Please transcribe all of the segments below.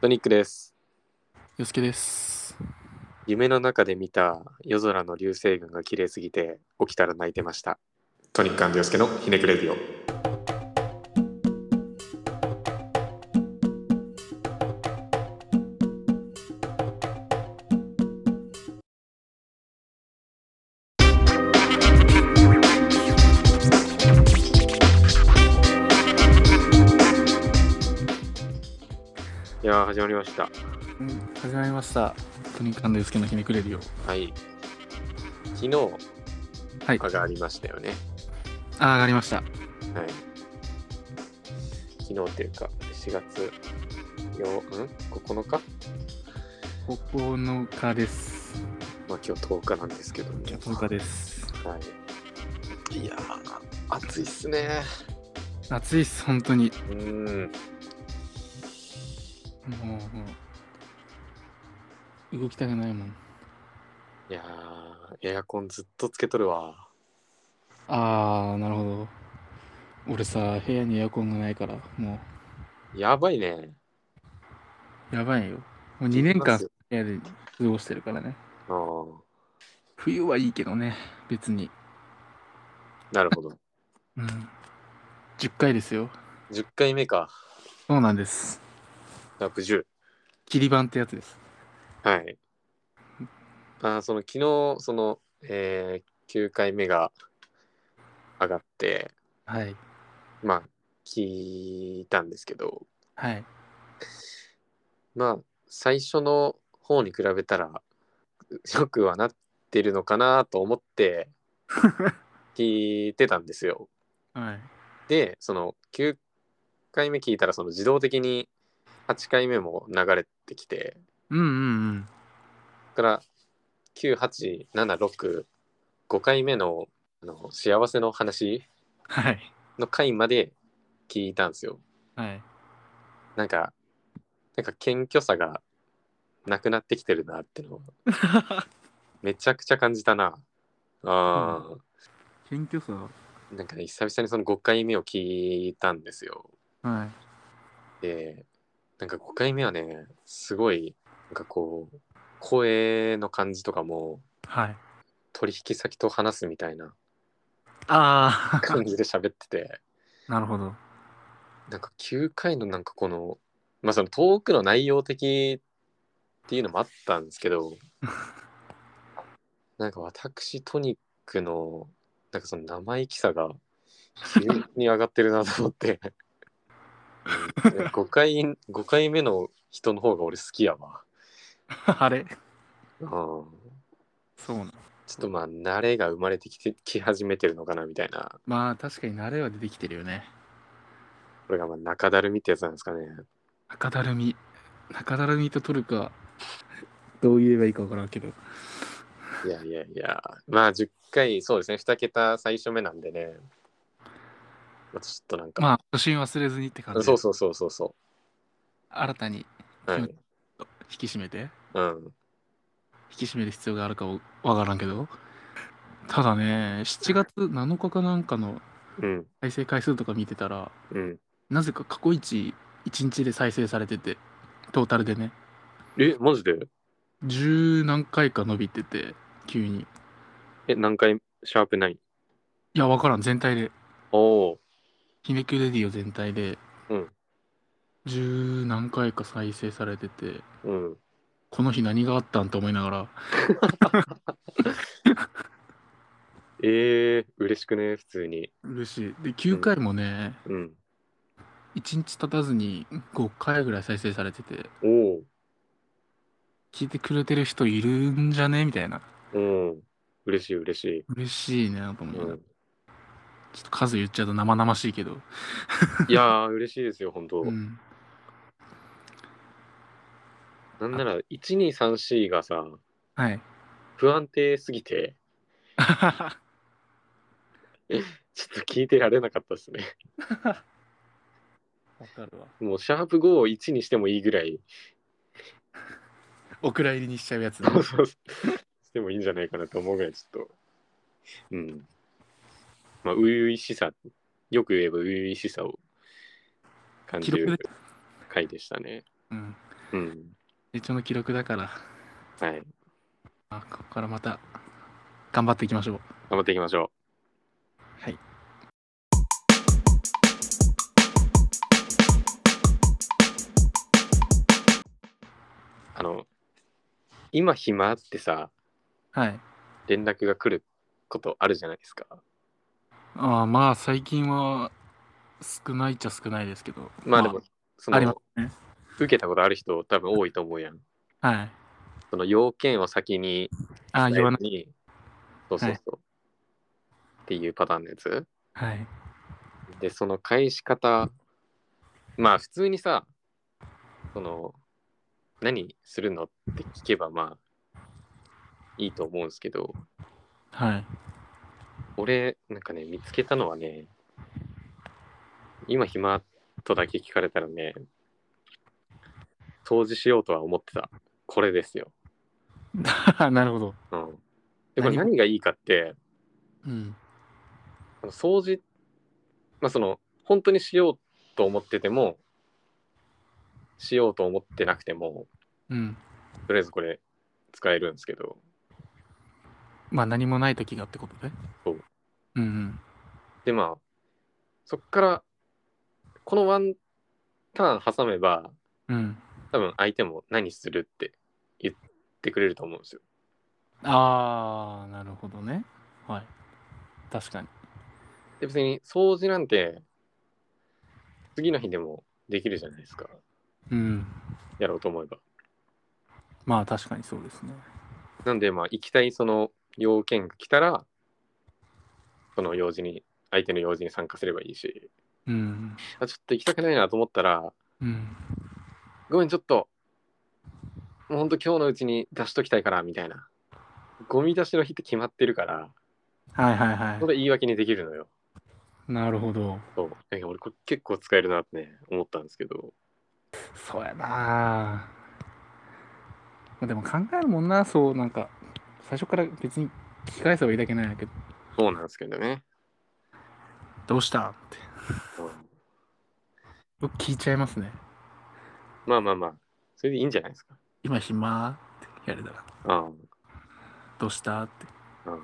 トニックです。よすけです。夢の中で見た夜空の流星群が綺麗すぎて起きたら泣いてました。トニック陽介のひねくれディオ。いやー始まりました。始まりました。トニックなんですけど、ひねくれるよ。はい。昨日はい。他がありましたよね。あ、上がりました。はい。昨日っていうか、4月4、ん ?9 日9日です。まあ今日10日なんですけども。 10日です。はい。いやー、暑いっすね。暑いっす、本当に。うーん。もう、もう動きたくないもん。いやー、エアコンずっとつけとるわ。あー、なるほど。俺さ、部屋にエアコンがないから、もやばいね。う、やばいよ。もう2年聞き間ますよ部屋で過ごしてるからね。うん。冬はいいけどね、別に。なるほど。うん。10回ですよ。 10回目か。そうなんです。ラップ10。切り板ってやつです。はい。あーその昨日、その、えー、9回目が上がって、はい。まあ、聞いたんですけど、はい。まあ、最初の方に比べたら、よくはなってるのかなと思って、聞いてたんですよ。はい。で、その、9回目聞いたら、その自動的に8回目も流れてきて、うんうんうん。そこから、9、8、7、6、5回目の、あの、幸せの話はい。の回まで聞いたんですよ。はい。なんか、なんか謙虚さがなくなってきてるなってのをめちゃくちゃ感じたな。あー、謙虚さ。なんかね、久々にその5回目を聞いたんですよ。はい。で、なんか5回目はね、すごい、なんかこう、声の感じとかも、はい。取引先と話すみたいなああ、感じで喋ってて、なるほど。なんか9回のなんかこの、まあそのトークの内容的っていうのもあったんですけど、なんか私トニックの、なんかその生意気さが急に上がってるなと思って、5回、5回目の人の方が俺好きやわ。あれうん、ちょそうなの。っとまあ慣れが生まれてきてき始めてるのかなみたいな。まあ、確かに慣れは出てきてるよね。これがまあ中だるみってやつなんですかね。中だるみ。中だるみと取るか、どう言えばいいかわからんけど。いやいやいや、まあ10回、そうですね、2桁最初目なんでね、まあ、ちょっとなんか、まあ、初心忘れずにって感じで。そうそうそうそうそ新たにう、はい、うん引き締めて。うん、引き締める必要があるかわからんけど。ただね、7月7日かなんかのうん、再生回数とか見てたら、うん。なぜか過去一、1日で再生されてて、トータルでね。え、マジで十何回か伸びてて急にいえ、何回、シャープ9。やわからん全体でおお、ひねくレディオ全体でうん十何回か再生されててうん。この日何があったんと思いながらえー、嬉しくね、普通に。嬉しいで9回もね、うん。一1日経たずに5回ぐらい再生されててお聞いてくれてる人いるんじゃねみたいなお、うん。嬉しい、嬉しい。嬉しいなと思いなうがらん、ちょっと数言っちゃうと生々しいけどいやー、嬉しいですよ、本当、うんなんなら、1、2、3、4がさ、はい 不安定すぎて、ちょっと聞いてられなかったですね。わかるわもう、シャープ5を1にしてもいいぐらい。お蔵入りにしちゃうやつだそうそうそうしてもいいんじゃないかなと思うぐらいちょっとうんまあ初々しさよく言えば初々しさを感じ記る録回でしたねうんうん。成長の記録だから、はい。まあ、ここからまた頑張っていきましょう。頑張っていきましょはい。う。あの、今暇ってさ、はい。連絡が来ることあるじゃないですか。ああまあ最近は少ないっちゃ少ないですけど。まあでも、そありまの、すね。受けたことある人多分多いと思うやん。はい。その要件を先にああ言わない。に。そうそうそう。っていうパターンのやつ。はい。で、その返し方、まあ普通にさ、その、何するのって聞けばまあ、いいと思うんですけど、はい。俺、なんかね、見つけたのはね、今暇とだけ聞かれたらね、掃除しようとは思ってた。これですよ。 なるほど。うん。で、これ何がいいかって、うん。あの掃除、まあ、その本当にしようと思っててもしようと思ってなくてもうん。とりあえずこれ使えるんですけどまあ何もない時がってことで。そう。うんうん。でまあそっからこのワンターン挟めばうん。多分相手も何するって言ってくれると思うんですよ。ああ、なるほどね。はい。確かに。で別に掃除なんて次の日でもできるじゃないですかうん。やろうと思えば。まあ確かにそうですね。なんで、まあ、行きたいその要件が来たら、その用事に、相手の用事に参加すればいいし、うん。あちょっと行きたくないなと思ったら、うん。ごめん、ちょっと、もうほんと今日のうちに出しときたいから、みたいな。ゴミ出しの日って決まってるから、はいはいはそれ言い訳にできるのよ。い。なるほど。そう。え俺、これ結構使えるなってね、思ったんですけど。そうやなまあでも考えるもんな、そう、なんか、最初から別に聞き返せばいいだけなんやけど、そうなんですけどね。どうしたって。うんよく聞いちゃいますね。まあまあまあ、それでいいんじゃないですか。今暇ってやれたら、うん。どうしたって。うん、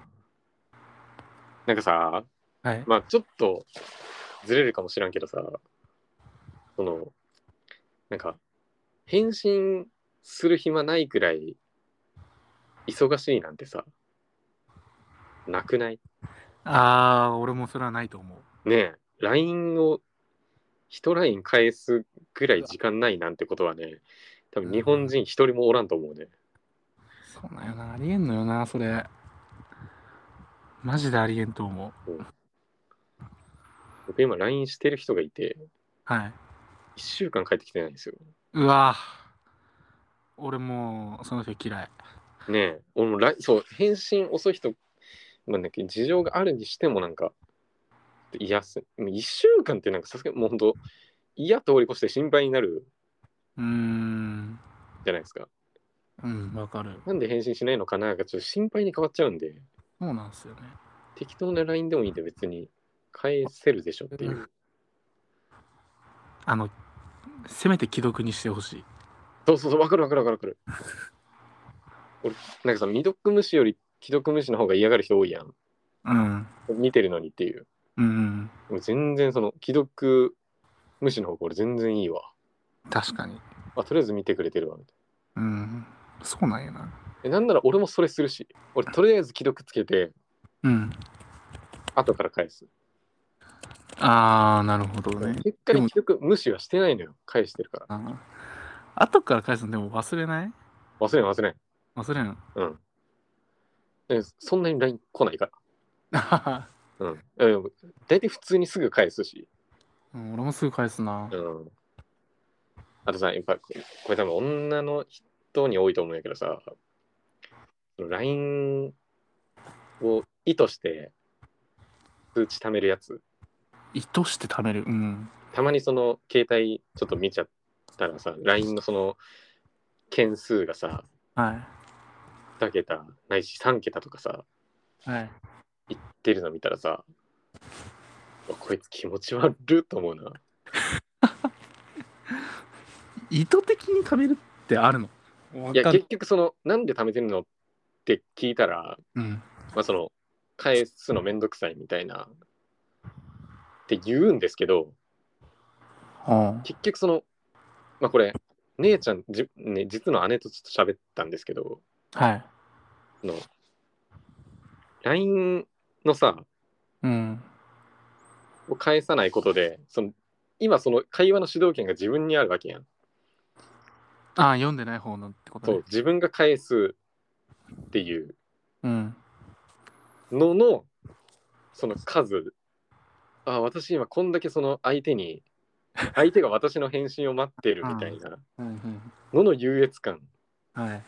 なんかさ、はい。まあちょっとずれるかもしらんけどさそのなんか返信する暇ないくらい忙しいなんてさなくないああ、俺もそれはないと思う。ねえ LINE を1ライン返すぐらい時間ないなんてことはね多分日本人一人もおらんと思うねそうなんよな、ありえんのよな、それ。マジでありえんと思う。僕今 LINE してる人がいてはい。 1週間帰ってきてないんですようわ俺もう、その人嫌い。ねえ俺もライそう返信遅い人、まあ、なんか事情があるにしてもなんか嫌す1週間ってなんかさすがにもうほんと嫌通り越して心配になるうーん。じゃないですかうん、わかる。なんで返信しないのかながちょっと心配に変わっちゃうんでそうなんですよね。適当な LINE でもいいんで別に返せるでしょっていう、うんあの、せめて既読にしてほしい。そうそうそうわかるわかるわかるわかる俺なんかさ未読無視より既読無視の方が嫌がる人多いやんうん。見てるのにっていううん。もう全然その既読無視の方が俺全然いいわ確かに。あとりあえず見てくれてるわみたいうん。そうなんやな。なえなんなら俺もそれするし俺とりあえず既読つけてうん。後から返す、ああ、なるほどね。結果に既読無視はしてないのよ返してるからあー後から返すのでも忘れない忘れん忘れん忘 れん。えそんなに LINE 来ないかあははらうんえでも大体普通にすぐ返すしうん俺もすぐ返すなう。んあとさやっぱこれ多分女の人に多いと思うんやけどさ LINE を意図して通知貯めるやつ意図して貯める。うん。たまにその携帯ちょっと見ちゃったらさ LINE のその件数がさは2桁ないし3桁とかさい。はい。いってるの見たらさうわこいつ気持ち悪いと思うな意図的に貯めるっってあるのわいやかる結局そのなんで貯めてるのって聞いたら、うんまあ、その返すのめんどくさいみたいなって言うんですけどうん結局そのまあこれ姉ちゃんじ、ね、実の姉とちょっと喋ったんですけどはいその LINE のさうんを返さないことでその今その会話の主導権が自分にあるわけやん。ああ読んでない方のってことそねう自分が返すっていううんののその数あ私今こんだけその相手に相手が私の返信を待ってるみたいなうんうんのの優越感はい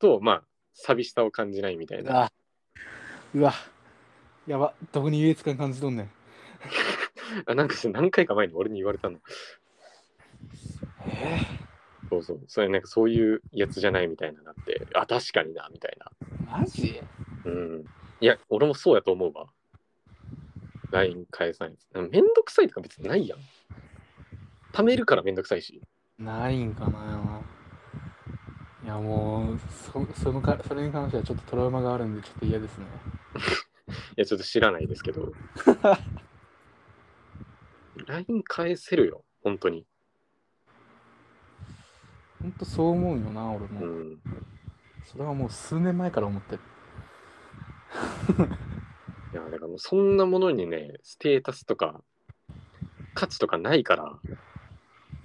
とまあ寂しさを感じないみたいなあうわやばどこに優越感感じとんねんあなんかそれ何回か前に俺に言われたのえそうそうそれなんかそういうやつじゃないみたいななってあ確かになみたいなマジうんいや俺もそうやと思うわ LINE 返さないめんどくさいとか別にないやん貯めるからめんどくさいしないんかないやもうそそのかそれに関してはちょっとトラウマがあるんでちょっと嫌ですねいや、ちょっと知らないですけど。LINE 返せるよ、本当に。ほんとそう思うよな俺うも、ん。それはもう数年前から思ってるいや、だからもうそんなものにね、ステータスとか、価値とかないから、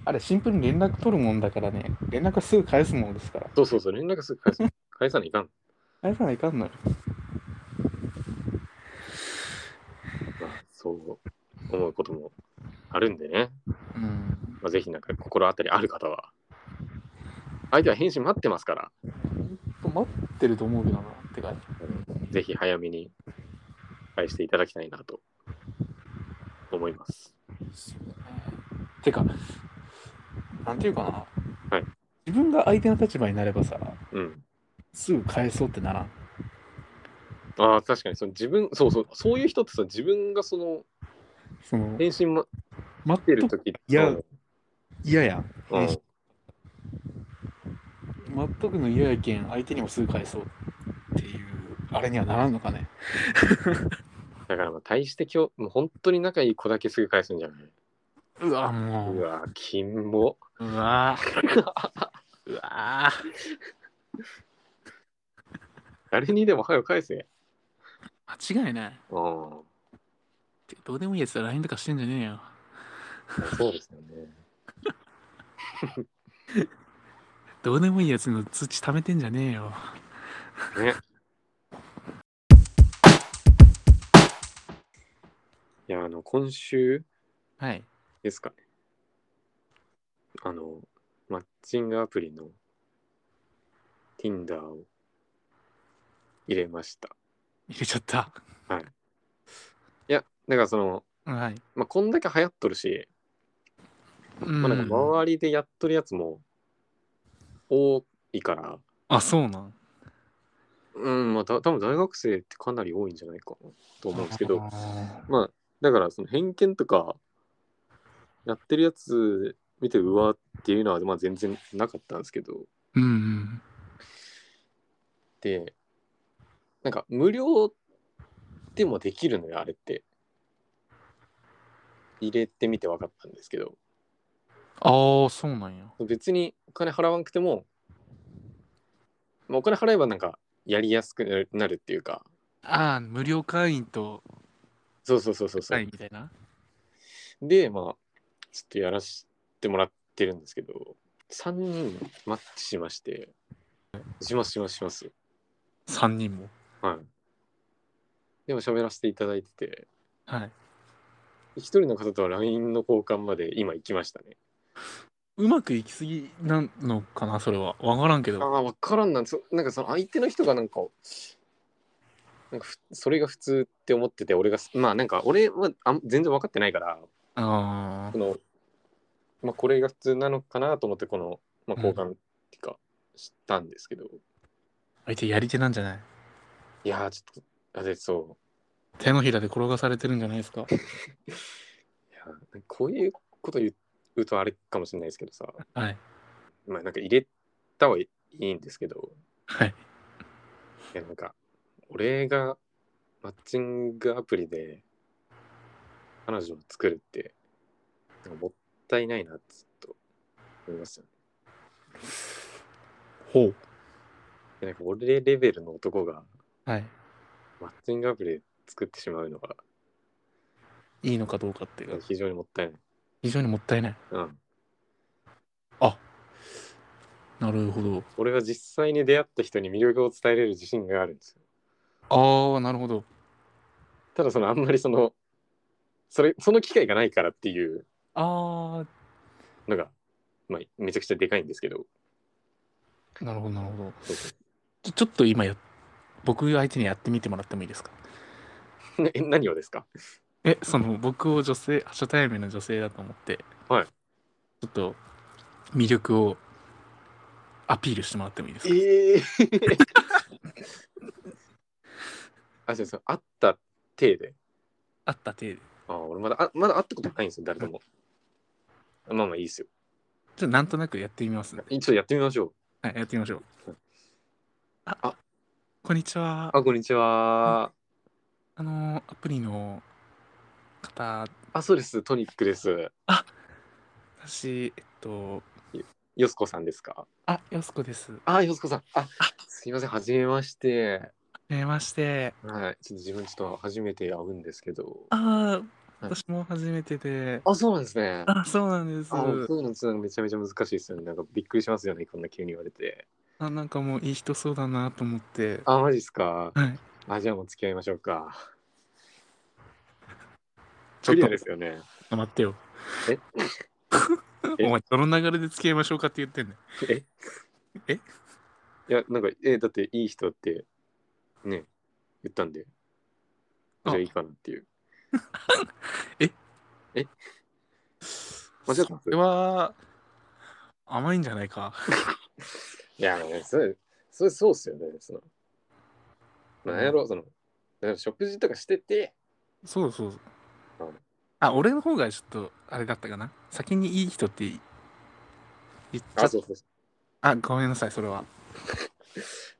あれシンプルに連絡取るもんだからね連絡はすぐ返すものですからそうそうそう、連絡すぐ返す。返さないかん。返さないかんのよまあ、そう思うこともあるんでね。うんまあ、ぜひなんか心当たりある方は。相手は返信待ってますから、待ってると思うけどなってかぜひ早めに返していただきたいなと思います。てかなんていうかな、はい自分が相手の立場になればさうん。すぐ返そうってならんああ、確かに、その自分、そうそう、そういう人ってさ、自分がその、その返信待待っってる時って、いやうん嫌やんうん、返信待っとくの嫌やけん相手にもすぐ返そうっていうあれにはならんのかねだから、まあ、対して今日、もう本当に仲いい子だけすぐ返すんじゃないうわもうわー、キモ。ううわ うわ誰にでも早く返せ。間違いないうん。そてかどうでもいいやつは LINE とかしてんじゃねえようですよね。どうでもいいやつの通知貯めてんじゃねえよね。いや、あの、今週はいですかね。あの、マッチングアプリの Tinder を入れました。入れちゃったいや、だからその、はいまあ、こんだけ流行っとるし、うんまあ、なんか周りでやっとるやつも多いから、あそうなんうん、まあ、た多分大学生ってかなり多いんじゃないかなと思うんですけど、あまあ、だからその偏見とか、やってるやつ見て、うわっていうのは、まあ、全然なかったんですけど、ーうんうんで、なんか無料でもできるのよ、あれって。入れてみて分かったんですけど、ああそうなんや別にお金払わなくても、まあ、お金払えばなんかやりやすくなるっていうかああ無料会員とそうそうそうそうそう、会員みたいなでまあちょっとやらせてもらってるんですけど3人マッチしましてしますしますします3人もはいでも喋らせていただいててはい一人の方とは LINE の交換まで今行きましたねうまくいきすぎなのかなそれはわからんけあどあ分からんなんそなんかその相手の人がなんかなんかふそれが普通って思ってて俺がまあなんか俺はあん全然分かってないからあこの、まあ、これが普通なのかなと思ってこの、まあ、交換っていうか、したんですけど相手やり手なんじゃないいやーちょっとあれそ手のひらで転がされてるんじゃないですかういやーこういうこと言うとあれかもしれないですけどさはいまあなんか入れたはいいんですけど、はい。いやなんか俺がマッチングアプリで彼女を作るってなんかもったいないなってずっと思いますよね。ほう。でなんか俺レベルの男がはい。マッチングアプリで作ってしまうのがいいのかどうかっていうか、非常にもったいない。非常にもったいない。うん。なるほど。俺は実際に出会った人に魅力を伝えれる自信があるんですよ。ああ、なるほど。ただそのあんまりそのそれその機会がないからっていうあのが、まあ、めちゃくちゃでかいんですけど。あ、なるほど、なるほど。そうそうちょちょっと今や、僕相手にやってみてもらってもいいですかなえ何をですかえ、その僕を女性、初対面の女性だと思って、はい。ちょっと魅力をアピールしてもらってもいいですかええあ、そうそう、会った体で。あった体で。ちょあ、俺まだ、あまだ会ったことないんですよ、誰とも。まあまあいいですよ。っとなんとなくやってみますね。ちょっとやってみましょう。はい、やってみましょはうい。あ、あこんにちは。あ、こんにちは。あのー、アプリの方、あ、そうです、トニックです。私、えっと、よすこさんですかあ、よすこです。はあ、よすこさん。あ、すいません、はじめまして。じめまして。はい、ちょっと自分ちょっと初めて会うんですけど。あはあ、い私も初めてで。あ、そうなんですね。あ、そうなんです。あ、そういうのちょっとめちゃめちゃ難しいですよね。なんかびっくりしますよね、こんな急に言われて。あ、なんかもういい人そうだなと思って。あ、マジっすか。はい。あ、じゃあもう付き合いましょうか。ちょっとクリアですよね。待ってよ。え えお前、どの流れで付き合いましょうかって言ってんねん。ええいや、なんか、え、だっていい人って、ね、言ったんで、じゃああいいかなって いう。間違ってますそれは、甘いんじゃないか。いや、ね、それ、それそうっすよね。その、まあなんやろ、その、だから食事とかしてて、そうそうそううん。あ、俺の方がちょっと、あれだったかな。先にいい人って言っちゃあ、ったそうそうそあ、ごめんなさい、それは。う。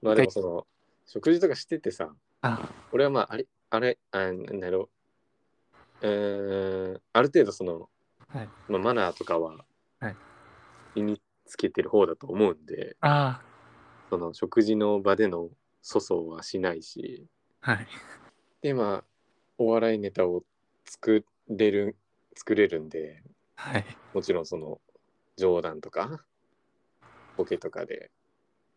まあでもその、食事とかしててさ、あ、俺はまあ、あれ、あれ、あなんやろ、うーん、ある程度その、はいまあ、マナーとかははい身につけてる方だと思うんで、あその食事の場での粗相はしないしー、はい。でまあお笑いネタを作れる作れるんではい。もちろんその冗談とかボケとかで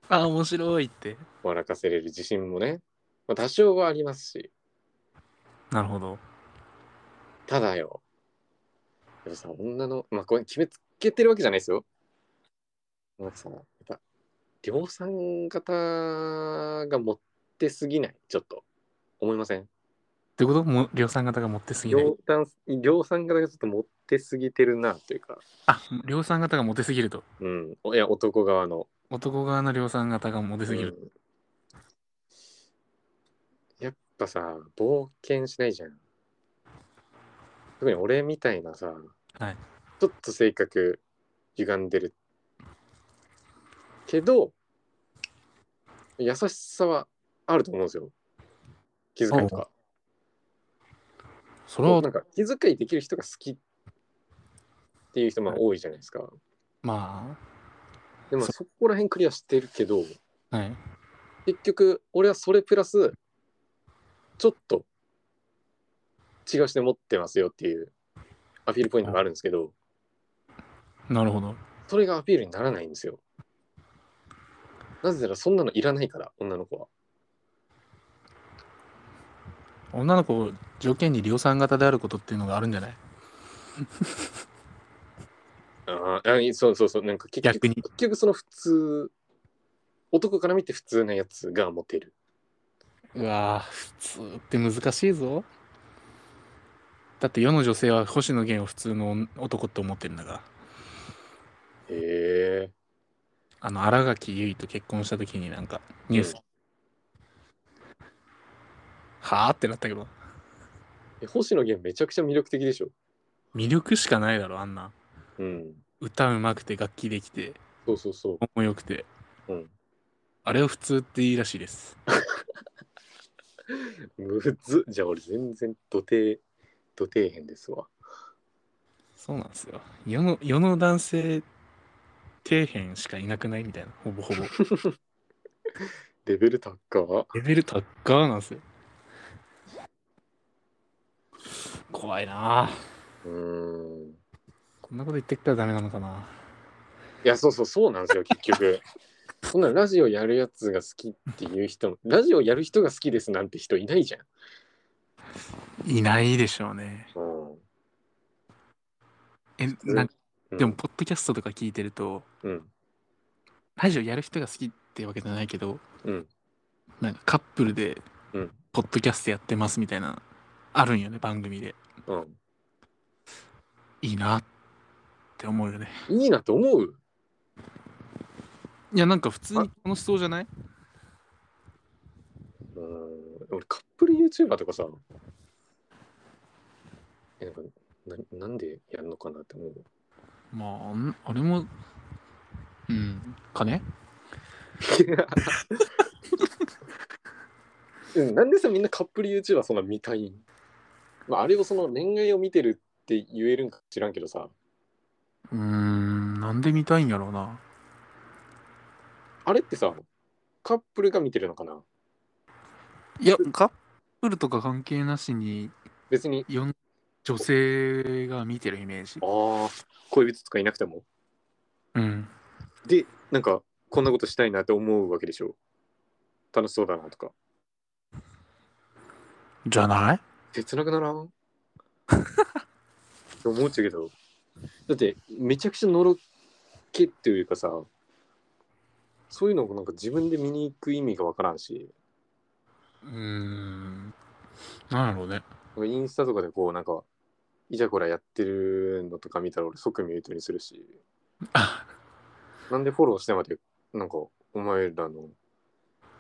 あ、面白いって。笑かせれる自信もね、まあ、多少はありますしなるほど。ただよやっぱさ女のまあこれ決めつけてるわけじゃないですよなんかさやっぱ量産型が持ってすぎないちょっと思いませんってこともう量産型が持ってすぎない量産量産型がちょっと持ってすぎてるなというか、あ量産型がモテすぎるとうん、いや男側の。男側の量産型がモテすぎる、うんやっぱさ冒険しないじゃん。特に俺みたいなさ、はいちょっと性格歪んでるけど優しさはあると思うんですよ気遣いとか。それはなんか気遣いできる人が好きっていう人も多いじゃないですか。までもそこら辺クリアしてるけどあはい結局俺はそれプラスちょっと違う視点持ってますよっていうアピールポイントがあるんですけどなるほどそれがアピールにならないんですよなぜならそんなのいらないから女の子は女の子を条件に量産型であることっていうのがあるんじゃないあーあそうそうそうなんか結局逆に結局その普通男から見て普通なやつがモテるうわー普通って難しいぞだって世の女性は星野源を普通の男って思ってるんだがへえあの新垣結衣と結婚した時になんかニュース、うんはあってなったけど星野源めちゃくちゃ魅力的でしょ魅力しかないだろあんなうん歌うまくて楽器できてそうそうそう。も良くて、うん。あれを普通っていいらしいです。むずっじゃあ俺全然土手、土底辺ですわ。そうなんですよ。世の世の男性、底辺しかいなくないみたいな、ほぼほぼ。レベル高っレベル高ーなんですよ。怖いなあうーん。こんなこと言ってっからダメなのかないや、そうそう、そうなんですよ、結局。そんなラジオやるやつが好きっていう人も、ラジオやる人が好きですなんて人いないじゃん。いないでしょうね。うん。え、うんなんかうんでも、ポッドキャストとか聞いてると、うん。ラジオやる人が好きってわけじゃないけど、うん。なんかカップルでうん、ポッドキャストやってますみたいな、あるんよね、番組で。ういいなって思うよね。ん。いいなと思ういや、なんか普通に楽しそうじゃないうん。俺、カップル YouTuber とかさ、え、なんか、ななんでやるのかなって思う。 まあん、あれも、うん、金うんなんでさ、みんなカップル YouTuber そんな見たいんまあ、あれをその恋愛を見てるって言えるんか知らんけどさ、うーん、なんで見たいんやろうな。あれってさ、カップルが見てるのかないや、カップルとか関係なしに、別によん女性が見てるイメージ。ああ、恋人とかいなくても。うん。で、なんか、こんなことしたいなって思うわけでしょ。楽しそうだなとか。じゃない切なくならん って思っちゃうけど。だって、めちゃくちゃのろけっていうかさ、そういうのをなんか自分で見に行く意味がわからんし、うーん。なんやろうね。なんかインスタとかでこう、なんか、いじゃこらやってるのとか見たら俺即ミュートにするし、あなんでフォローしてまで、なんか、お前らの、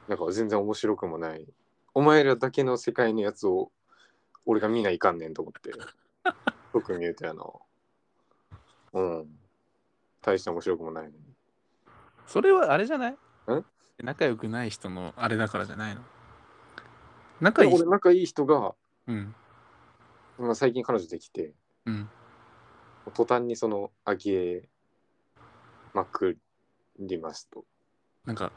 なんか全然面白くもない、お前らだけの世界のやつを、俺が見ないかんねんと思って、特に言うとやな。うん。大して面白くもないのに。 それはあれじゃない仲良くない人のあれだからじゃないの仲いい俺、人。仲いい人が、うん。まあ、最近彼女できて、うん。途端にその、あげまくりますと。なんか、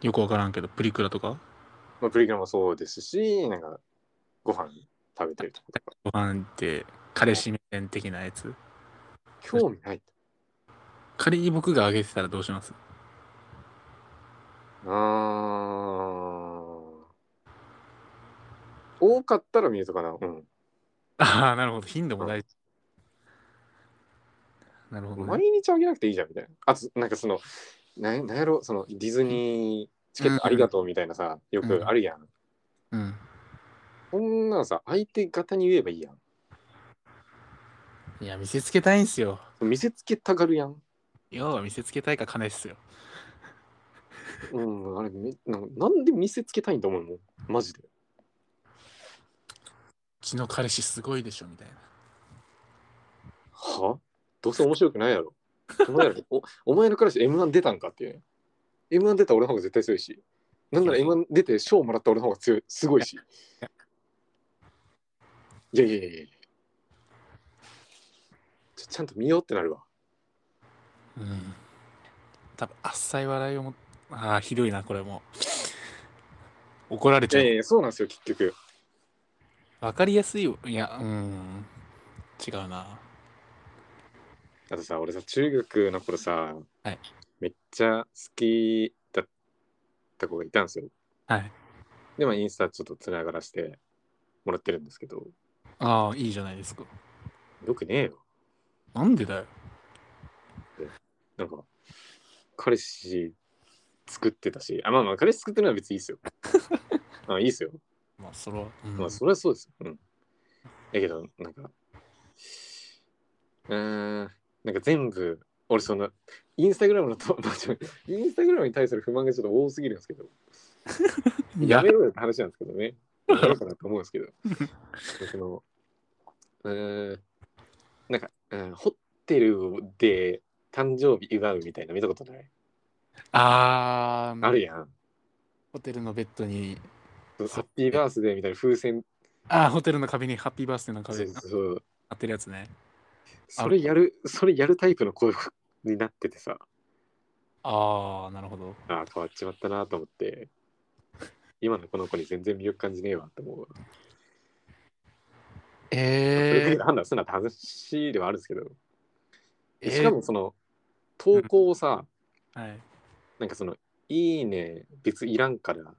よくわからんけど、プリクラとかまあ、プリグラもそうですし、なんか、ご飯食べてる とか、ご飯って、彼氏目線的なやつ。興味ない。仮に僕があげてたらどうします あー多かったらミュートかな。うん。ああ、なるほど。頻度も大事。なるほど、毎ね。日あげなくていいじゃんみたいな。あと、なんかその、なんなんやろ、そのディズニーチケットありがとうみたいなさ、よくあるやん。うん。こんなのさ、相手方に言えばいいやん。いや、見せつけたいんすよ。見せつけたがるやん。要は見せつけたいか金っすよ。うん、あれめなん、なんで見せつけたいんだ思うもん。マジで。うちの彼氏すごいでしょ、みたいな。はどうせ面白くないやろ。お前らおお前の彼氏 M1 出たんかっていう。M1 出た俺の方が絶対強いし。なんなら M1 出て賞もらった俺の方が強い、すごいし。いやいやいやいやちょちゃんと見ようってなるわ。うん。多分、あっさい笑いをも、ああ、ひどいな、これも。怒られいちゃやいうや。いや、そうなんですよ、結局。わかりやすいよ。いや、うん。違うな。あとさ、俺さ、中学の頃さ、はいめっちゃ好きだった子がいたんですよ。はい。で、まあ、インスタちょっとつながらせてもらってるんですけど、ああ、いいじゃないですか。よくねえよ。なんでだよ。なんか、彼氏作ってたし、あ、まあまあ、彼氏作ってるのは別にいいです よ。あいいですよ。まあ、それは。うんまあ、それはそうですよ。うん。だけど、なんか、うーん、なんか全部、俺その、インスタグラムのと、 まあちょインスタグラムに対する不満がちょっと多すぎるんですけど、いややめ、ろよって話なんですけどね。やめろかなと思うんですけど。その、うーん、なんか、うん、ホテルで誕生日奪うみたいな見たことないあーあるやん。ホテルのベッドにハッピーバースデーみたいな風船あーホテルの壁にハッピーバースデーのそ壁うがそう貼ってるやつねそれやるそれやるタイプの子になっててさああなるほどああ変わっちまったなと思って今のこの子に全然魅力感じねえわと思うわ、それだえけで判断するなって話ではあるんですけど、えーしかもその投稿をさ、ー、はいなんかその「いいね別いらんから」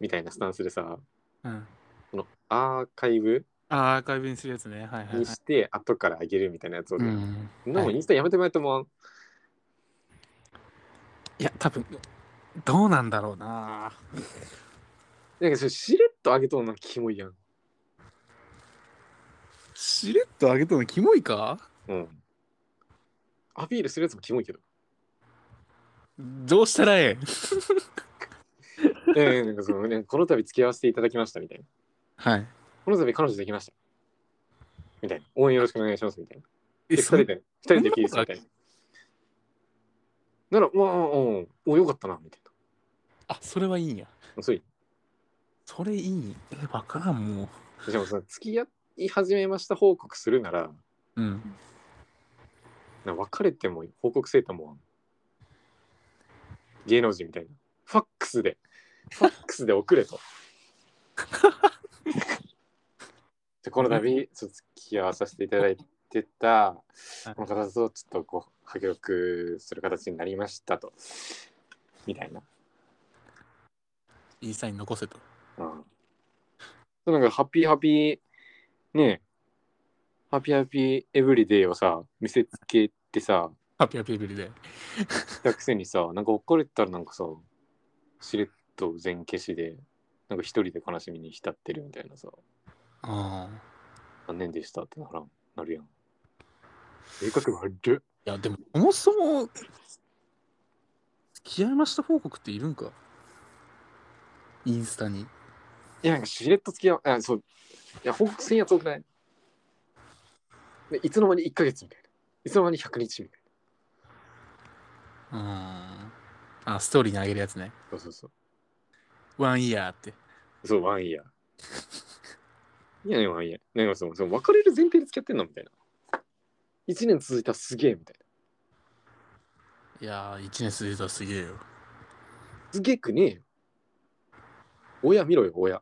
みたいなスタンスでさうんこのアーカイブあーアーカイブにするやつねはいはい、はいにして後からあげるみたいなやつを、うねん、のはいインスタやめてもらえてもいや多分どうなんだろうななんかそれしれっとあげとんのキモいやんしれっと上げたのキモいかうんアピールするやつもキモいけどどうしたらえ えええなんかそのねこの度付き合わせていただきましたみたいなはいこの度彼女できましたみたいな応援よろしくお願いしますみたいなえで二人れで二人でピースみたいなならまあうんおよかったなみたいあそれはいいんやなそういそれいいえ分からんもでもさ付き合い始めました報告するならううんなんか別れても報告せえと思わん芸能人みたいなファックスでファックスで送れとでこの度ちょっと付き合わさせていただいてたこの方とちょっとこう破局する形になりましたとみたいな、いいサイン残せとうん、そうなんかハッピーハッピーねえハッピーハッピーエブリデイをさ見せつけてさハッピーハッピーエブリデイたくせにさなんか怒れたらなんかさしれっと全消しでなんか一人で悲しみに浸ってるみたいなさああ残念でしたってならんなるやん性格悪るいやでもそもそも付き合いました報告っているんかインスタにいやなんかしれっと付き合うあそういや報告せんやつ多くないでいつの間に1ヶ月みたいないつの間に100日みたいうーんあストーリーにあげるやつねなそうそうそワンイヤーってうそうワンイヤーいやねワンイヤーなんかそのその別れる前提で付き合ってんのみたいな1年続いたらすげえみたいないやー1年続いたらすげえよすげえくねえよ親見ろよ親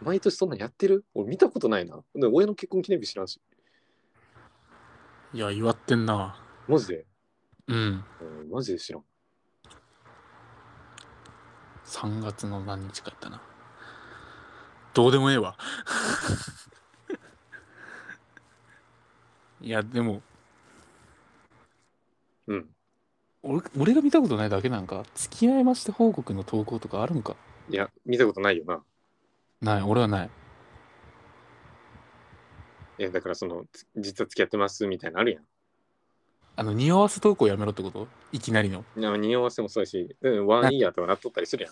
毎年そんなんやってる俺見たことないなで親の結婚記念日知らんしいや祝ってんなマジで、うんうん、マジで知らん3月の何日かやったなどうでもええわ いやでもうん俺俺が見たことないだけなんか付き合いまして報告の投稿とかあるんかいや見たことないよなない俺はないいやだからそのつ実は付き合ってますみたいなのあるやんあの匂わせ投稿やめろってこといきなりのいや匂わせもそうやし、うん、ワンイヤーとかなっとったりする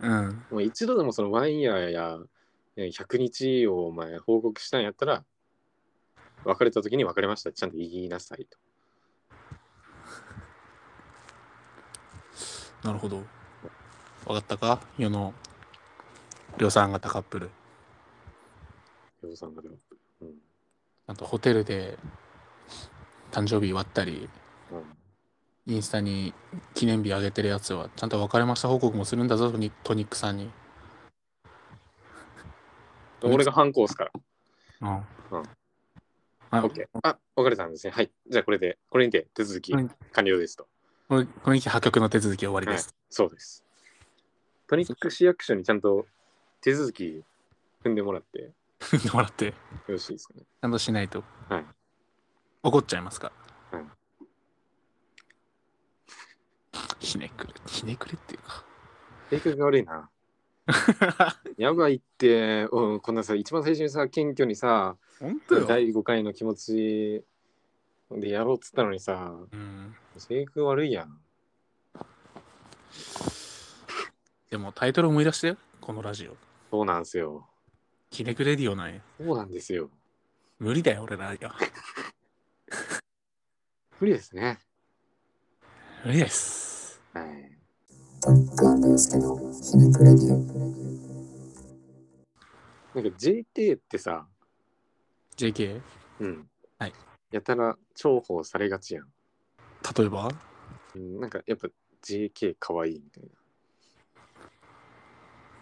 やんうんもう一度でもそのワンイヤーやえ100日をお前報告したんやったら別れた時に別れましたってちゃんと言いなさいとなるほど分かったか世の量産型カップル洋さんがでもうんあとホテルで誕生日祝ったりうんインスタに記念日あげてるやつはちゃんと別れました報告もするんだぞトニトニックさんに、俺が反抗すから。うんうん、オッケー。あ、別れたんですね。はい。じゃあこれで、これにて手続きはい完了ですと。このこの日破局の手続き終わりです、そうです。トニック市役所にちゃんと手続き踏んでもらってよでもらって ちろしいですかね。ゃんとしないと、はい怒っちゃいますから、うんひねくれひねくれっていうか性格が悪いな。 やばいって、うん、こんなさ、一番最初にさ、謙虚にさ、本当よ。第5回の気持ちでやろうっつったのにさ、うん、性格悪いやん。でもタイトル思い出してこのラジオ。そうなんですよ。キネクレディオなんや。そうなんですよ。無理だよ、俺ら。いや無理ですね。無理です。はい。トリックユースケのひねくれデなんか JT ってさ、 JK? うん。はい。やたら重宝されがちやん。例えばうんなんかやっぱ JK かわいいみたいな。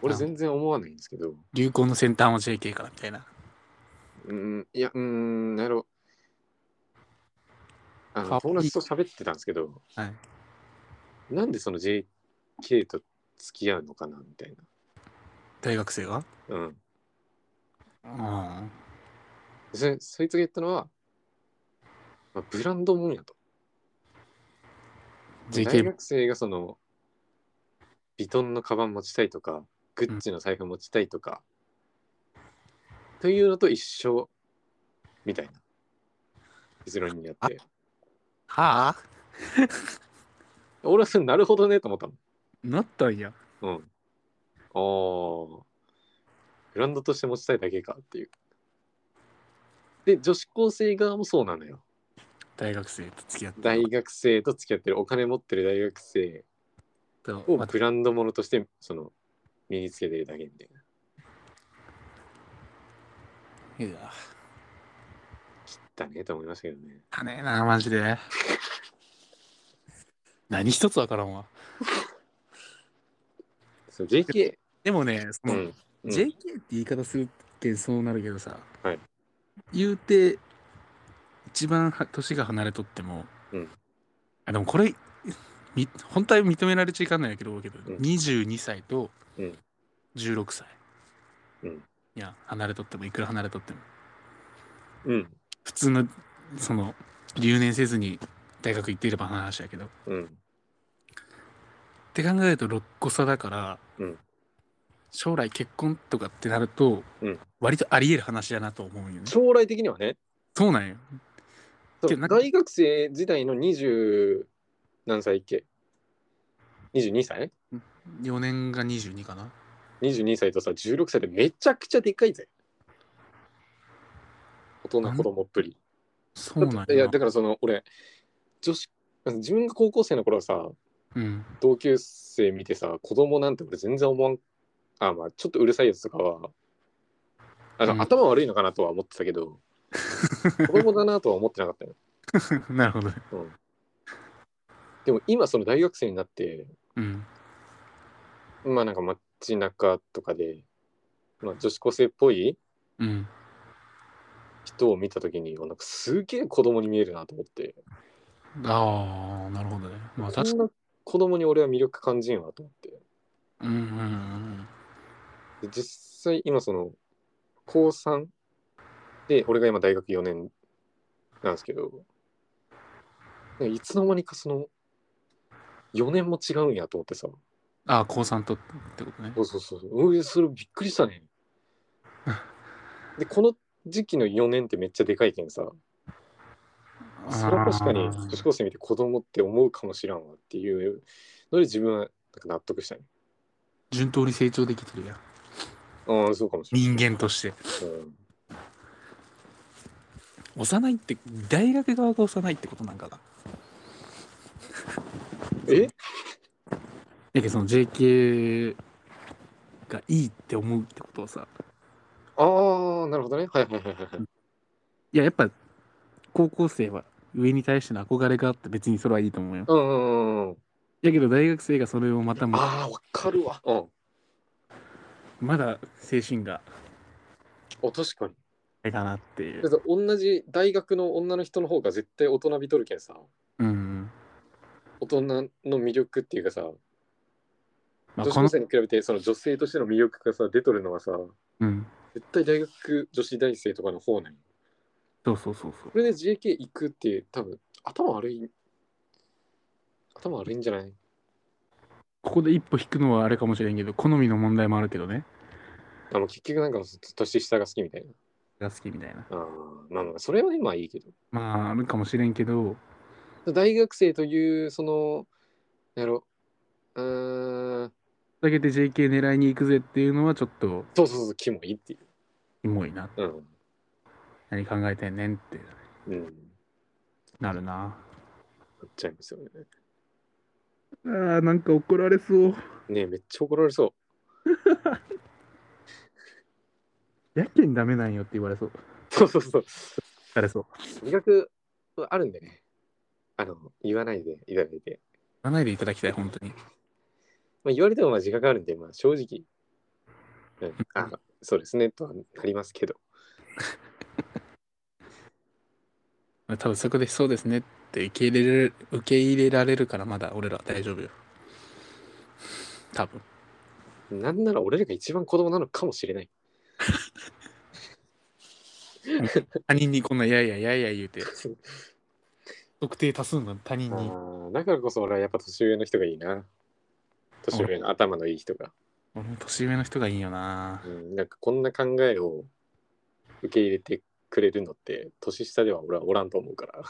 俺全然思わないんですけど、流行の先端は JK からみたいな。うん、いや、うん、なるあかわいの友い達と喋ってたんですけど、はい。なんでその JK と付き合うのかなみたい大学生がな。うん。うん。そそいつが言ったのは、まあ、ブランドもんやと。大 JK、学生がその、ヴィトンのカバン持ちたいとか、グッチの財布持ちたいとか、というのと一緒みたいな結論になって、はあ俺はそれなるほどねと思ったなったんや。もん。うん。ああ、ブランドとして持ちたいだけかっていう。で、女子高生側もそうなのよ。大学生と付き合って。大学生と付き合ってる、お金持ってる大学生をまたブランドものとして、その、身につけてるだけみたいな。いや、だねと思いましたけどね。だねえな、マジ で。何一つわからんわ。そう JK、でもね、その、うん JK って言い方するってそうなるけどさ、はい言うて一番は年が離れとっても、うんあでもこれみ本当は認められちゃいかんないけど、けどうん22歳とうん16歳、うんいや離れとってもいくら離れとってもうん普通のその留年せずに大学行っていればの話だけどっうんて考えると6個差だから、うん将来結婚とかってなると、うん割とあり得る話だなと思うよね。将来的にはねそうなんよ。そうけどなんか大学生時代の20何歳っけ22歳4年が22かな。 22歳とさ16歳でめちゃくちゃでかいぜ大人なん子供っぷりそうなんいややだ。からその俺女子自分が高校生の頃はさ うん。同級生見てさ子供なんて俺全然思わんあまあちょっとうるさいやつとかはあの、うん頭悪いのかなとは思ってたけ ど子供だなとは思ってなかったよなるほど。うんでも今その大学生になってうん。まあなんか街中とかで、まあ、女子高生っぽいうん。人を見た時になんかすげえ子供に見えるなと思ってああ、なるほどね。まあこ確んかな子供に俺は魅力感じんわと思ってうんうんうんで実際今その高3で俺が今大学4年なんですけどなんかいつの間にかその4年も違うんやと思ってさああ、高3とってことねそ。うそうそうそう。うんそれびっくりしたね。で、この時期の4年ってめっちゃでかいけんさ、それは確かにあ女子ー高生見て子供って思うかもしらんわっていうので自分はなんか納得したね。順当に成長できてるやん。ああ、そうかもしれない。人間として。うん幼いって、大学側が幼いってことなんかな。えだけどその JK がいいって思うってことはさ、ああ、なるほどね。はいはいはいはい。いや、やっぱ高校生は上に対しての憧れがあって別にそれはいいと思うよ。うんうんうんうん。やけど大学生がそれをまたもああ、わかるわ。うん。まだ精神がお確かに。あれかなっていだう。って同じ大学の女の人の方が絶対大人びとるけんさ、うん。大人の魅力っていうかさ、まあ、女子こ高の生、に比べてその女性としての魅力がさ出とるのはさうん。絶対大学女子大生とかの方なんよそうそうそうそうこ。れで JK 行くって多分頭悪い頭悪いんじゃないここで一歩引くのはあれかもしれんけど、好みの問題もあるけどね。あの結局なんか年下が好きみたいなが好きみたいな。あーまあまあそれは今はいいけまあ、あるかもしれんけど、ど大学生というそのなんやろうーんだけで JK 狙いに行くぜっていうのはちょっと、そうそうそうキモいっていうキモいな。うん何考えてんねんってうんなるな。っちゃいますよね。ああ、なんか怒られそう。ねえめっちゃ怒られそやけにダメなんよって言われそう。う。 そうそうそう。疲れそう。味覚はあるんでね。あの、言わないでいただいて。言わないでいただきたい、本当に。まあ、言われてもまあ自覚あるんで、まあ、正直、うん、あ、そうですね、とはなりますけど。多分そこでそうですねって受け入れる受け入れられるからまだ俺らは大丈夫よ。多分。なんなら俺らが一番子供なのかもしれない。他人にこんなやいやいやいや言うて、 特定多数の他人あに。ーだからこそ俺はやっぱ年上の人がいいな。年上の頭のいい人が。俺も年上の人がいいよなう。ん、なんかこんな考えを受け入れてくれるのって年下では俺はおらんと思うから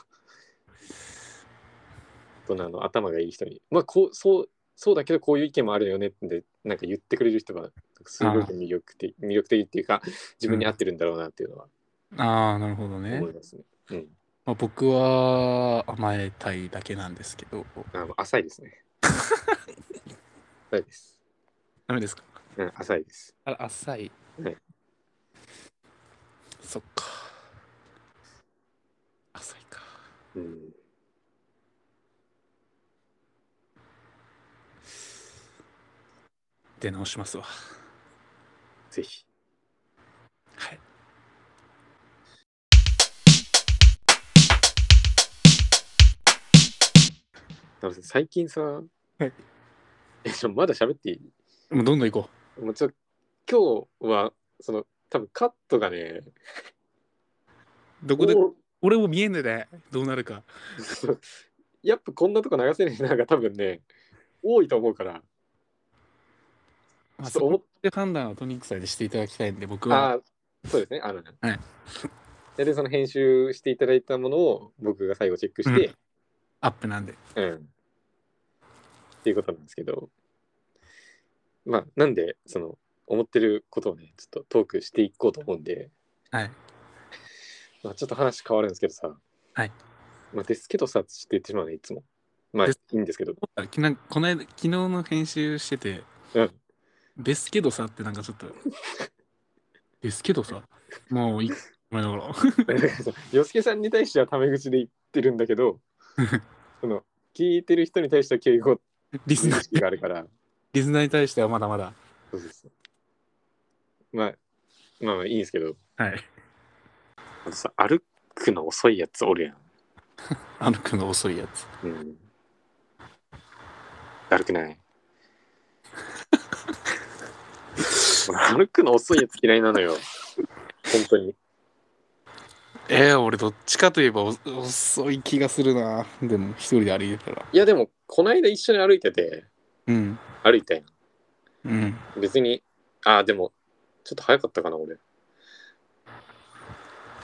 大人の頭がいい人にまあこうそうそうだけどこういう意見もあるよねってなんか言ってくれる人がすごく魅力的魅力的っていうか自分に合ってるんだろうなっていうのはああ、なるほどね思い。ますね。うん、まあ、僕は甘えたいだけなんですけど。あの浅いです ね。浅いです。ダメですかうん、浅いです。あら、浅い。はいそっか。浅いか。うん、出直しますわ。ぜひ。はい。なるほど最近さ、はいえちょまだ喋っていいもうどんどん行こもうちょっと今日はその多分カットがねう。どこで、お俺も見えんでね、どうなるか。そうやっぱこんなとこ流せねえなが多分ね多いと思うからまあ、そそう思っこで判断をトニックさんにしていただきたいんで、僕は。あーそうですねあの、はいででその編集していただいたものを僕が最後チェックして、アップなんで。うんっていうことなんですけどまあなんでその思ってることをねちょっとトークしていこうと思うんで、はい。まあ、ちょっと話変わるんですけどさはいまあ、ですけどさって言ってしまうねいつもまあいですいんですけど あきなこの間、昨日の編集してて、うんですけどさってなんかちょっと、 ですけどさ、もうい、ごめん なさい。洋介さんに対してはタメ口で言ってるんだけ どその聞いてる人に対しては敬語リス認ナー、識があるからリスナーに対してはまだまだ。そうそうそうまあまあまあいいんですけどはい。あとさ歩くの遅いやつおるやん、あのくんが遅いやつ。うん、だるくない俺 歩くの遅いやつ嫌いなのよ本当にえー、俺どっちかといえばお遅い気がするな。でも、一人で歩いてたら。いやでもこないだ一緒に歩いててうん。歩いたやんうん。別にああでもちょっと早かったかな俺い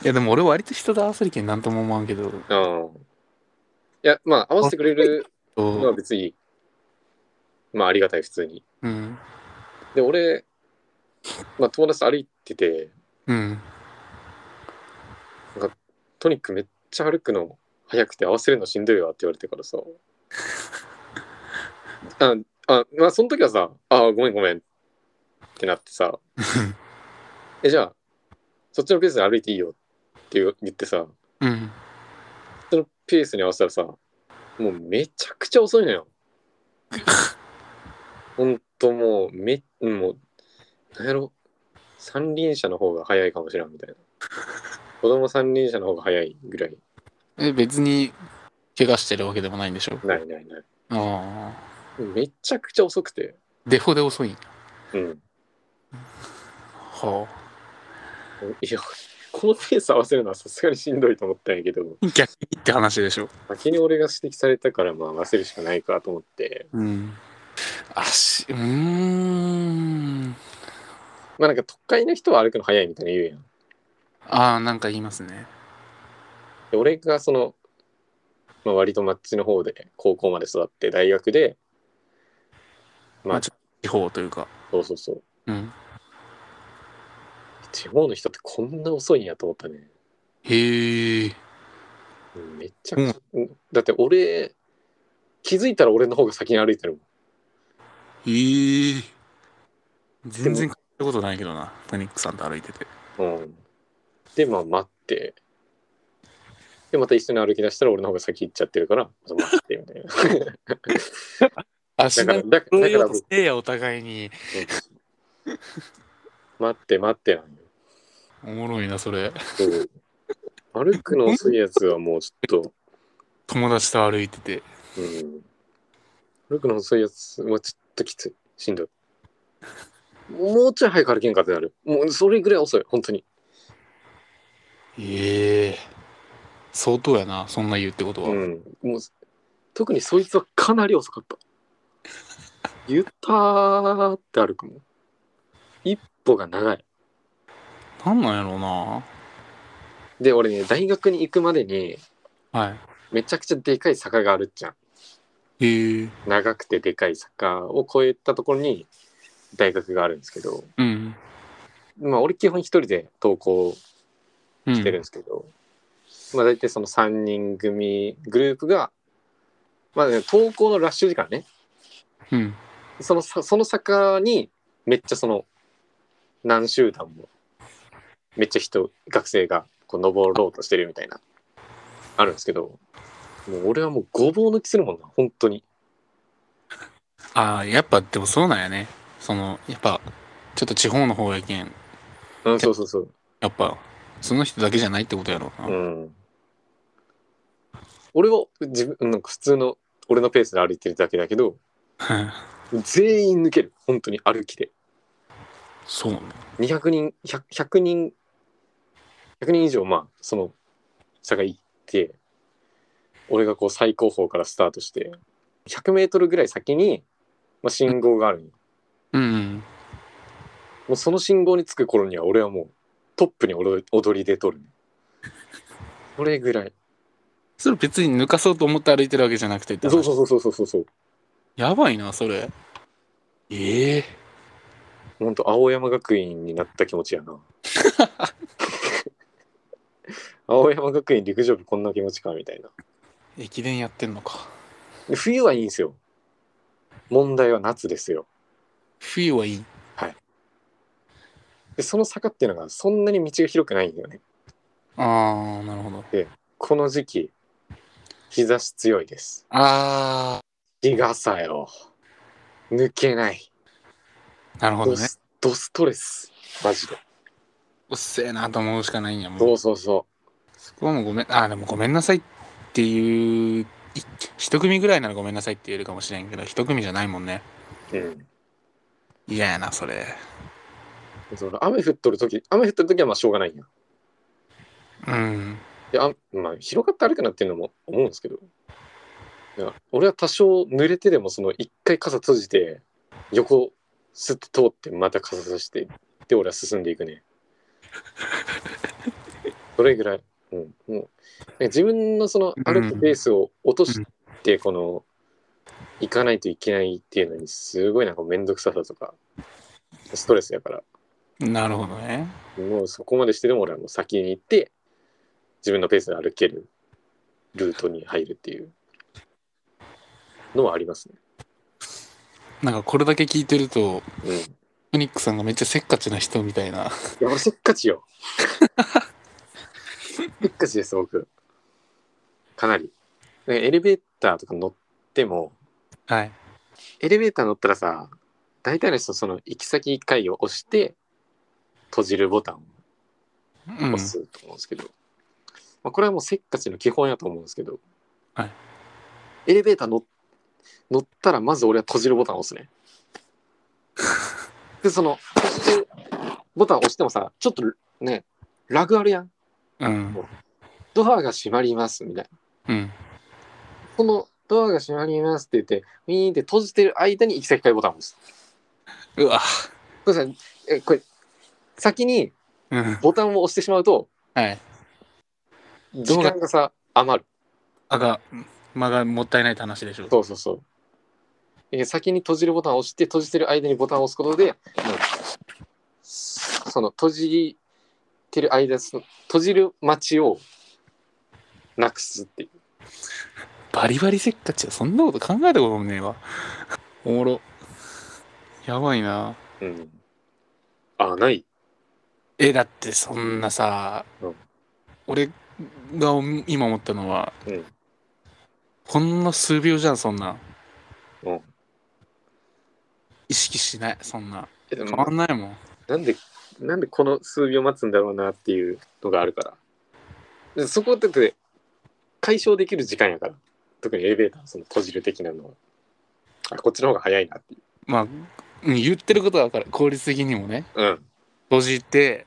や、でも俺割と人と合わせる気になんとも思わんけど、ああ。いや、まあ、合わせてくれるのはと別に、まあ、ありがたい、普通に。うん。で、俺、まあ、友達と歩いてて、うん。トニックめっちゃ歩くの早くて合わせるのしんどいわって言われてからさ。あ、あまあ、その時はさ、ああ、ごめんごめんってなってさ、え、じゃあ、そっちのペースで歩いていいよって言う言ってさ、うん。そのペースに合わせたらさ、もうめちゃくちゃ遅いのよ。ほんともう、め、もう、なんやろ、三輪車の方が早いかもしれんみたいな。子供三輪車の方が早いぐらい。え、別に、怪我してるわけでもないんでしょないないない。ああ。めちゃくちゃ遅くて。デフォで遅いんうん。はあ。いや、このペース合わせるのはさすがにしんどいと思ったんやけど、 逆にって話でしょ。先に俺が指摘されたから、まあ合わせるしかないかと思って。うん。足、うーん。まあなんか都会の人は歩くの早いみたいな言うやん。ああ、なんか言いますね。で俺がその、まあ、割と街の方で高校まで育って大学でままああ、ちょっと地方というか。そうそうそううん。地方の人ってこんな遅いんやと思ったねへえ。うんめっちゃくちゃ、おだって俺気づいたら俺の方が先に歩いてるもんえー、全然買ったことないけどな、トニックさんと歩いてて。うん、でまあ待ってでまた一緒に歩き出したら俺の方が先行っちゃってるからまた待ってみたい なだ足から並みだから揃だかえよらうと僕せえや、お互いに。待って待ってなんよおもろいな、それ。そう歩くの遅いやつはもうちょっと、友達と歩いてて。うん、歩くの遅いやつはちょっときついしんどいもうちょい早く歩けんかってなるもうそれぐらい遅い本当にええ相当やな、そんな言うってことは。うん、もう特にそいつはかなり遅かった言ったーって歩くもん一歩が長いなんなんやろうな。で俺ね大学に行くまでにはめちゃくちゃでかい坂があるじゃんい。ええ長くてでかい坂を越えたところに大学があるんですけどうん。まあ俺基本一人で登校うん。してるんですけど、まあ大体その3人組グループがまあね登校のラッシュ時間ねうん。そのさその坂にめっちゃその何集団もめっちゃ人学生がこう登ろうとしてるみたいなあるんですけどもう俺はもうごぼう抜きするもんな本当にああ、やっぱでもそうなんやね。その、やっぱ、ちょっと地方の方やけん。うんそうそうそうやっぱ、その人だけじゃないってことやろうな。うん俺は自分なんか普通の俺のペースで歩いてるだけだけど全員抜ける本当に歩きで そうね。 200人 100, 100人100人以上まあその差が行って俺がこう最高峰からスタートして100メートルぐらい先に、まあ、信号があるんようん。もうその信号に着く頃には俺はもうトップに踊り踊り出とるねそれぐらいそれ別に抜かそうと思って歩いてるわけじゃなくてって話そうそうそうそうそうそうやばいな、それ。ええほんと青山学院になった気持ちやな青山学院陸上部こんな気持ちかみたいな駅伝やってんのか。で冬はいいんですよ問題は夏ですよ冬はいい。でその坂っていうのがそんなに道が広くないんだよねああ、なるほど。この時期日差し強いですあ日傘よ抜けないあ、なるほどドね。スドストレスマジでうっせえなと思うしかないんやもん。そうそうそそこはもうごめん、あーでもごめんなさいっていう、い一組ぐらいならごめんなさいって言えるかもしれんけど、一組じゃないもんね。ううん嫌やな、それ。その雨降っとる時雨降っとる時はまあしょうがないんやうん。であまあ広がって歩くなっていうのも思うんですけどいや俺は多少濡れてでもその一回傘閉じて横スッと通ってまた傘さしてで俺は進んでいくね それぐらい、うん、もうなんか自分のその歩くペースを落としてこの行かないといけないっていうのにすごいなんか面倒くささとかストレスやからなるほどね。もうそこまでしてでも俺はもう先に行って自分のペースで歩けるルートに入るっていうのはありますね。なんかこれだけ聞いてると、うん、いトニックさんがめっちゃせっかちな人みたいな。や俺せっかちよ。 せっかちです僕。かなり。ねエレベーターとか乗ってもはい。エレベーター乗ったらさ大体の人その行き先会を押して閉じるボタンをうん押。すと思うんですけど、まあ、これはもうせっかちの基本やと思うんですけど、はいエレベーター乗っ乗ったらまず俺は閉じるボタンを押 すねでその閉じるボタンを押してもさちょっとねラグあるやんうん。ドアが閉まりますみたいなうん。このドアが閉まりますって言ってウィーンって閉じてる間に行き先会ボタンを押すうわ。これさえこれ先にうん。ボタンを押してしまうとはい。時間がさ余るあが、間がもったいないって話でしょ。そうそうそう。えー先に閉じるボタンを押して閉じてる間にボタンを押すことで、もうその閉じてる間その閉じる待ちをなくすっていう。バリバリせっかちだそんなこと考えたこともねえわおもろやばいなうん。あ、ない。えだってそんなさ、うん俺が今思ったのは、うんほんの数秒じゃんそんなんうん意識しないそんなえで変もわんないもんなんで、なんでこの数秒待つんだろうなっていうのがあるから。でそこだって解消できる時間やから。特にエレベーター、その閉じる的なのは。あ、こっちの方が早いなっていう。まあうん言ってることは分かる効率的にもねうん。閉じて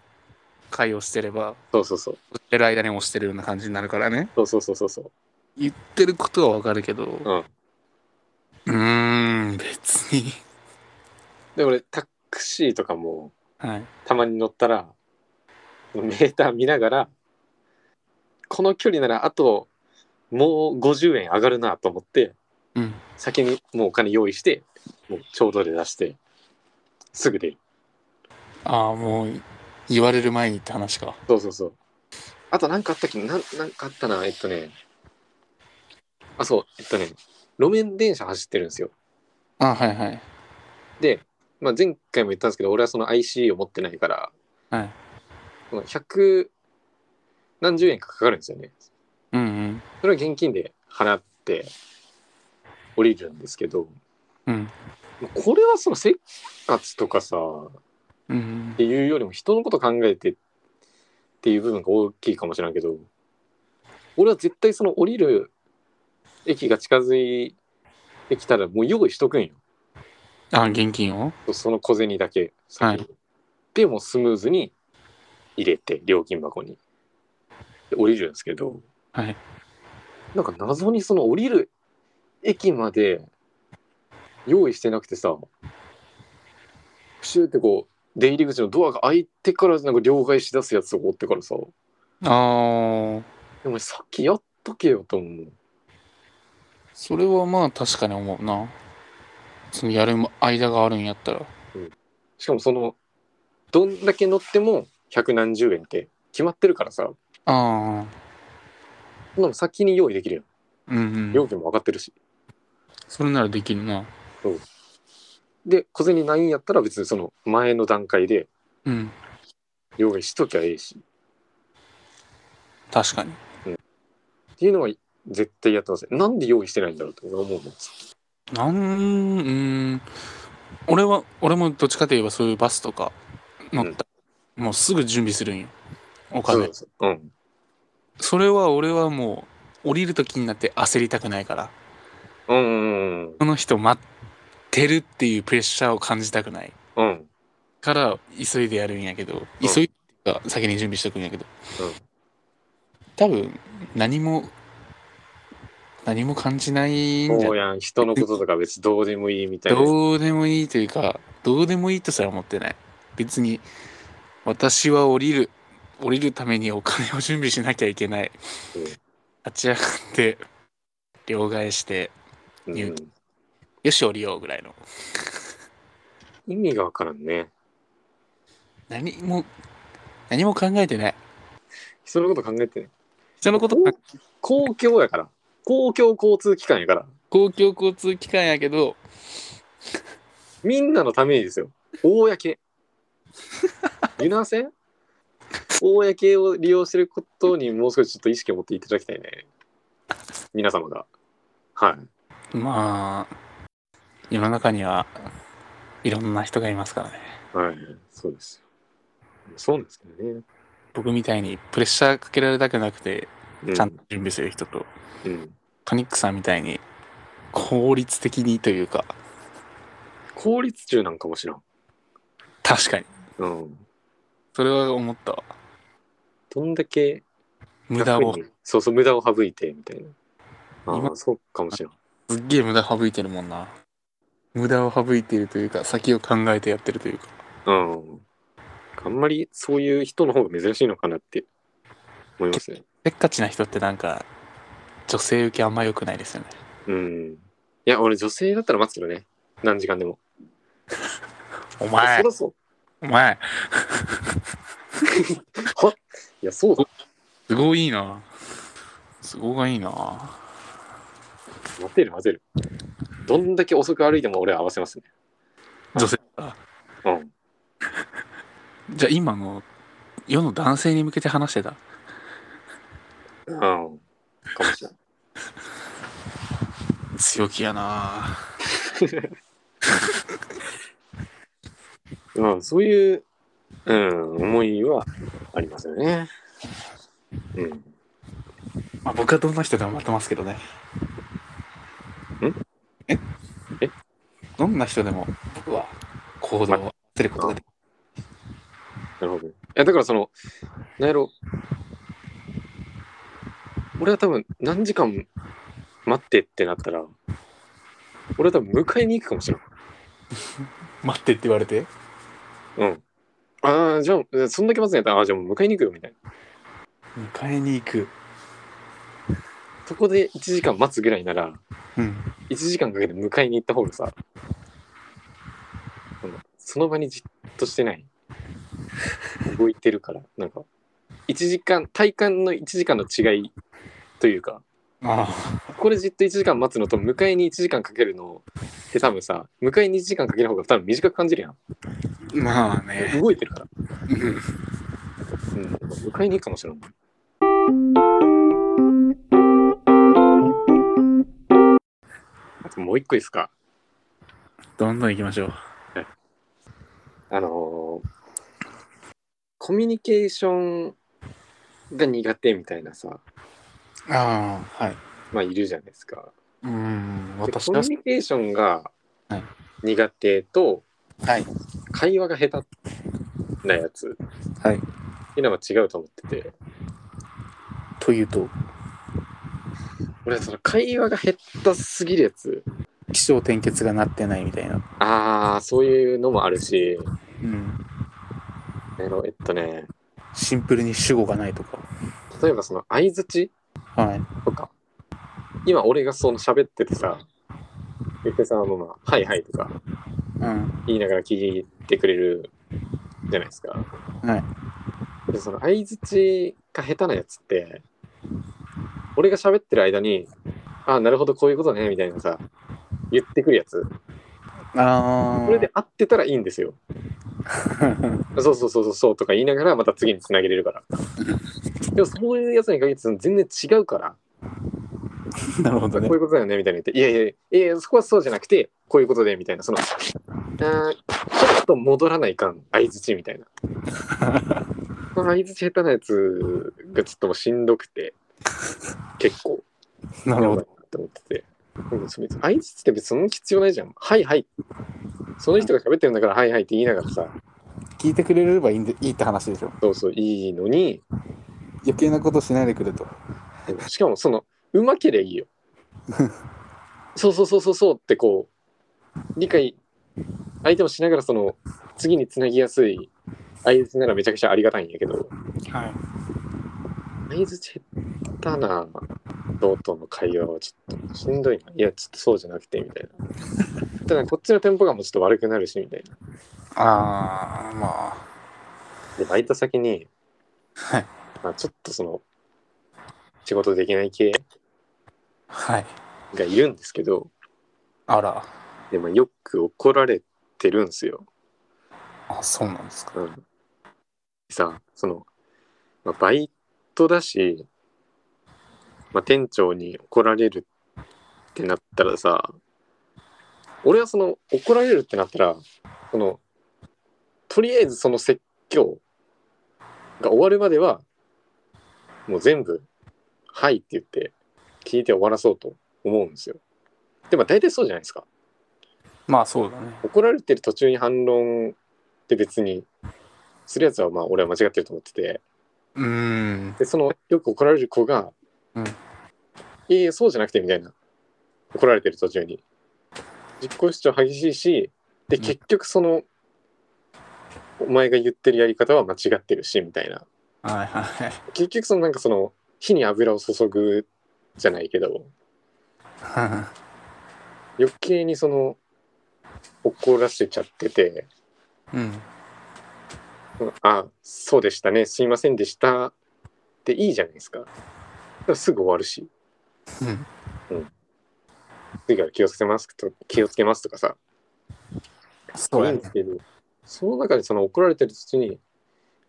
会をしてればそうそうそう。閉じてる間に押してるような感じになるからねそうそうそうそうそう。言ってることは分かるけどうんーん別にで、俺、タクシーとかも、はいたまに乗ったら、メーター見ながら、この距離ならあと、もう50円上がるなと思って、うん先にもうお金用意して、もうちょうどで出して、すぐ出る。ああもう言われる前にって話かそうそうそう。あと何かあったっけなんなんかあったな、えっとね。あ、そう、えっとね、路面電車走ってるんですよ。あはいはいで、まあ、前回も言ったんですけど、俺はその IC を持ってないから、はいこの100何十円かかかるんですよね。うんうんそれは現金で払って降りるんですけど、うんまあこれはそのせっかちとかさ、うんっていうよりも人のこと考えてっていう部分が大きいかもしれんけど俺は絶対その降りる駅が近づいてきたらもう用意しとくんよあ現金をその小銭だけ先に、はでもうスムーズに入れて料金箱にで降りるんですけどはいなんか謎にその降りる駅まで用意してなくてさプシューってこう出入り口のドアが開いてからなんか両替しだすやつを追ってからさああでもさっきやっとけよと思うそれはまあ確かに思うなそのやる間があるんやったらしかもそのどんだけ乗っても百何十円って決まってるからさああそんなの先に用意できるようんう料ん金も上がってるしそれならできるなで小銭ないんやったら別にその前の段階でうん用意しときゃええし確かにっていうのは絶対やってますねなんで用意してないんだろうって俺は思うのなんうん俺は俺もどっちかといえばそういうバスとか乗った、もうすぐ準備するんよおそう金ですうんそれは俺はもう降りる時になって焦りたくないからうんうんこの人待ってるっていうプレッシャーを感じたくないうんうんから急いでやるんやけうど、ん急いでか先に準備しとくんやけど、うん多分何も何も感じないんじゃそうやん人のこととか別にどうでもいいみたいなどうでもいいというかどうでもいいとすら思ってない別に私は降りる降りるためにお金を準備しなきゃいけないうん立ち上がって両替してうん言うよし降りようぐらいの意味がわからんね何も何も考えてない人のこと考えてね人のことお公共やから公共交通機関やから公共交通機関やけどみんなのためにですよ公ユナセン公を利用してることにもう少しちょっと意識を持っていただきたいね皆様がはいまあ世の中にはいろんな人がいますからねはい、そうですよ。そうなんですけどね。僕みたいにプレッシャーかけられたくなくてうちゃんと準備する人と、うんトニックさんみたいに効率的にというか効率中なんかもしらん。確かにうん。それは思ったわどんだけ無駄を楽にそうそう、無駄を省いてみたいな。ああ、今そうかもしらん。すっげえ無駄省いてるもんな無駄を省いているというか先を考えてやってるというかうん。あんまりそういう人の方が珍しいのかなって思いますね。せっかちな人ってなんか女性受けあんま良くないですよねうん。いや、俺女性だったら待つけどね。何時間でも。おいや前そらそう。お前はっいや、そうだ。すごいいいな都合がいいな混ぜる混ぜる。どんだけ遅く歩いても俺は合わせますね。女性だうん。じゃあ今の世の男性に向けて話してたうん。かもしれない。強気やなうん、そういう、うん、思いはありますよね。うん。まあ僕はどんな人でも待ってますけどねええどんな人でも僕は行動を合わせることができるなるほど。いや、だからその、なんやろ。俺は多分、何時間待ってってなったら、俺は多分、迎えに行くかもしれ待ってって言われてない。うん。ああ、じゃあ、えそんだけ待つんやったら、ああ、じゃあもう迎えに行くよ、みたいな。迎えに行くそこで1時間待つぐらいなら、うん1時間かけて迎えに行った方がさ、そのその場にじっとしてない。動いてるから、なんか、1時間、体感の1時間の違いというか、あこれじっと1時間待つのと迎えに1時間かけるのって多分さ迎えに1時間かける方が多分短く感じるやんあまあね 動いてるから、うん、迎えに行くかもしれないあともう一個いいですかどんどん行きましょうあのーコミュニケーションが苦手みたいなさああはいまあいるじゃないですかうんで私コミはュニケーションがはい苦手とはい会話が下手なやつはいっていうのは違うと思っててというと俺はその会話が減ったすぎるやつ気象転結がなってないみたいなああそういうのもあるしうんあのえっとねシンプルに主語がないとか例えばその相づちはいとか今俺がその喋っててさゆくさんはまあ「はいはい」とかうん言いながら聞いてくれるじゃないですか。はいでその相づちが下手なやつって俺が喋ってる間に「ああなるほどこういうことね」みたいなさ言ってくるやつああこれで合ってたらいいんですよ。そうそうそうそうそうとか言いながらまた次につなげれるから。 でもそういうやつに限ってその全然違うから、 なるほどこねういうことだよねみたいな言って、いやいやいやいや、そこはそうじゃなくて、こういうことでみたいな、その、あーちょっと戻らない感、相づちみた いな。その相づち下手なやつがちょっともうしんどくて、結構、なやばるいほなっどて思ってて。うんそれ別に相づちって別にその必要ないじゃん。はいはい。その人が喋ってるんだから、はいはいって言いながらさ、聞いてくれればいいんでいいって話でしょそうそう、いいのに、余計なことしないでくれと しかもそのうまけりゃ いいよそうそうそうそうそうってこう理解相手もしながらその次につなぎやすい相づちならめちゃくちゃありがたいんやけどはい相づち下手な同等の会話はちょっとしんどいないやちょっとそうじゃなくてみたい なただこっちのテンポ感もちょっと悪くなるしみたいなああまあでバイト先に、はいまあ、ちょっとその仕事できない系はいがいるんですけど、あらでもよく怒られてるんすよ。あそうなんですかうん、さその、まあ、バイトだし、まあ、店長に怒られるってなったらさ俺はその怒られるってなったらそのとりあえずその説教が終わるまではもう全部「はい」って言って聞いて終わらそうと思うんですよ。でも大体そうじゃないですか。まあそうだね怒られてる途中に反論って別にするやつはまあ俺は間違ってると思っててうーんでそのよく怒られる子が「うんいやいやそうじゃなくて」みたいな怒られてる途中に実行主張激しいしでうん結局その、お前が言ってるやり方は間違ってるしみたいなはいはい 結局そのなんかその火に油を注ぐじゃないけどはい余計にその怒らせちゃってて。うんあそうでしたねすいませんでしたっていいじゃないですかもすぐ終わるし、うん次から気をつけますと気をつけますとかさ、そういやいんねですけど、その中でその怒られてる途中に、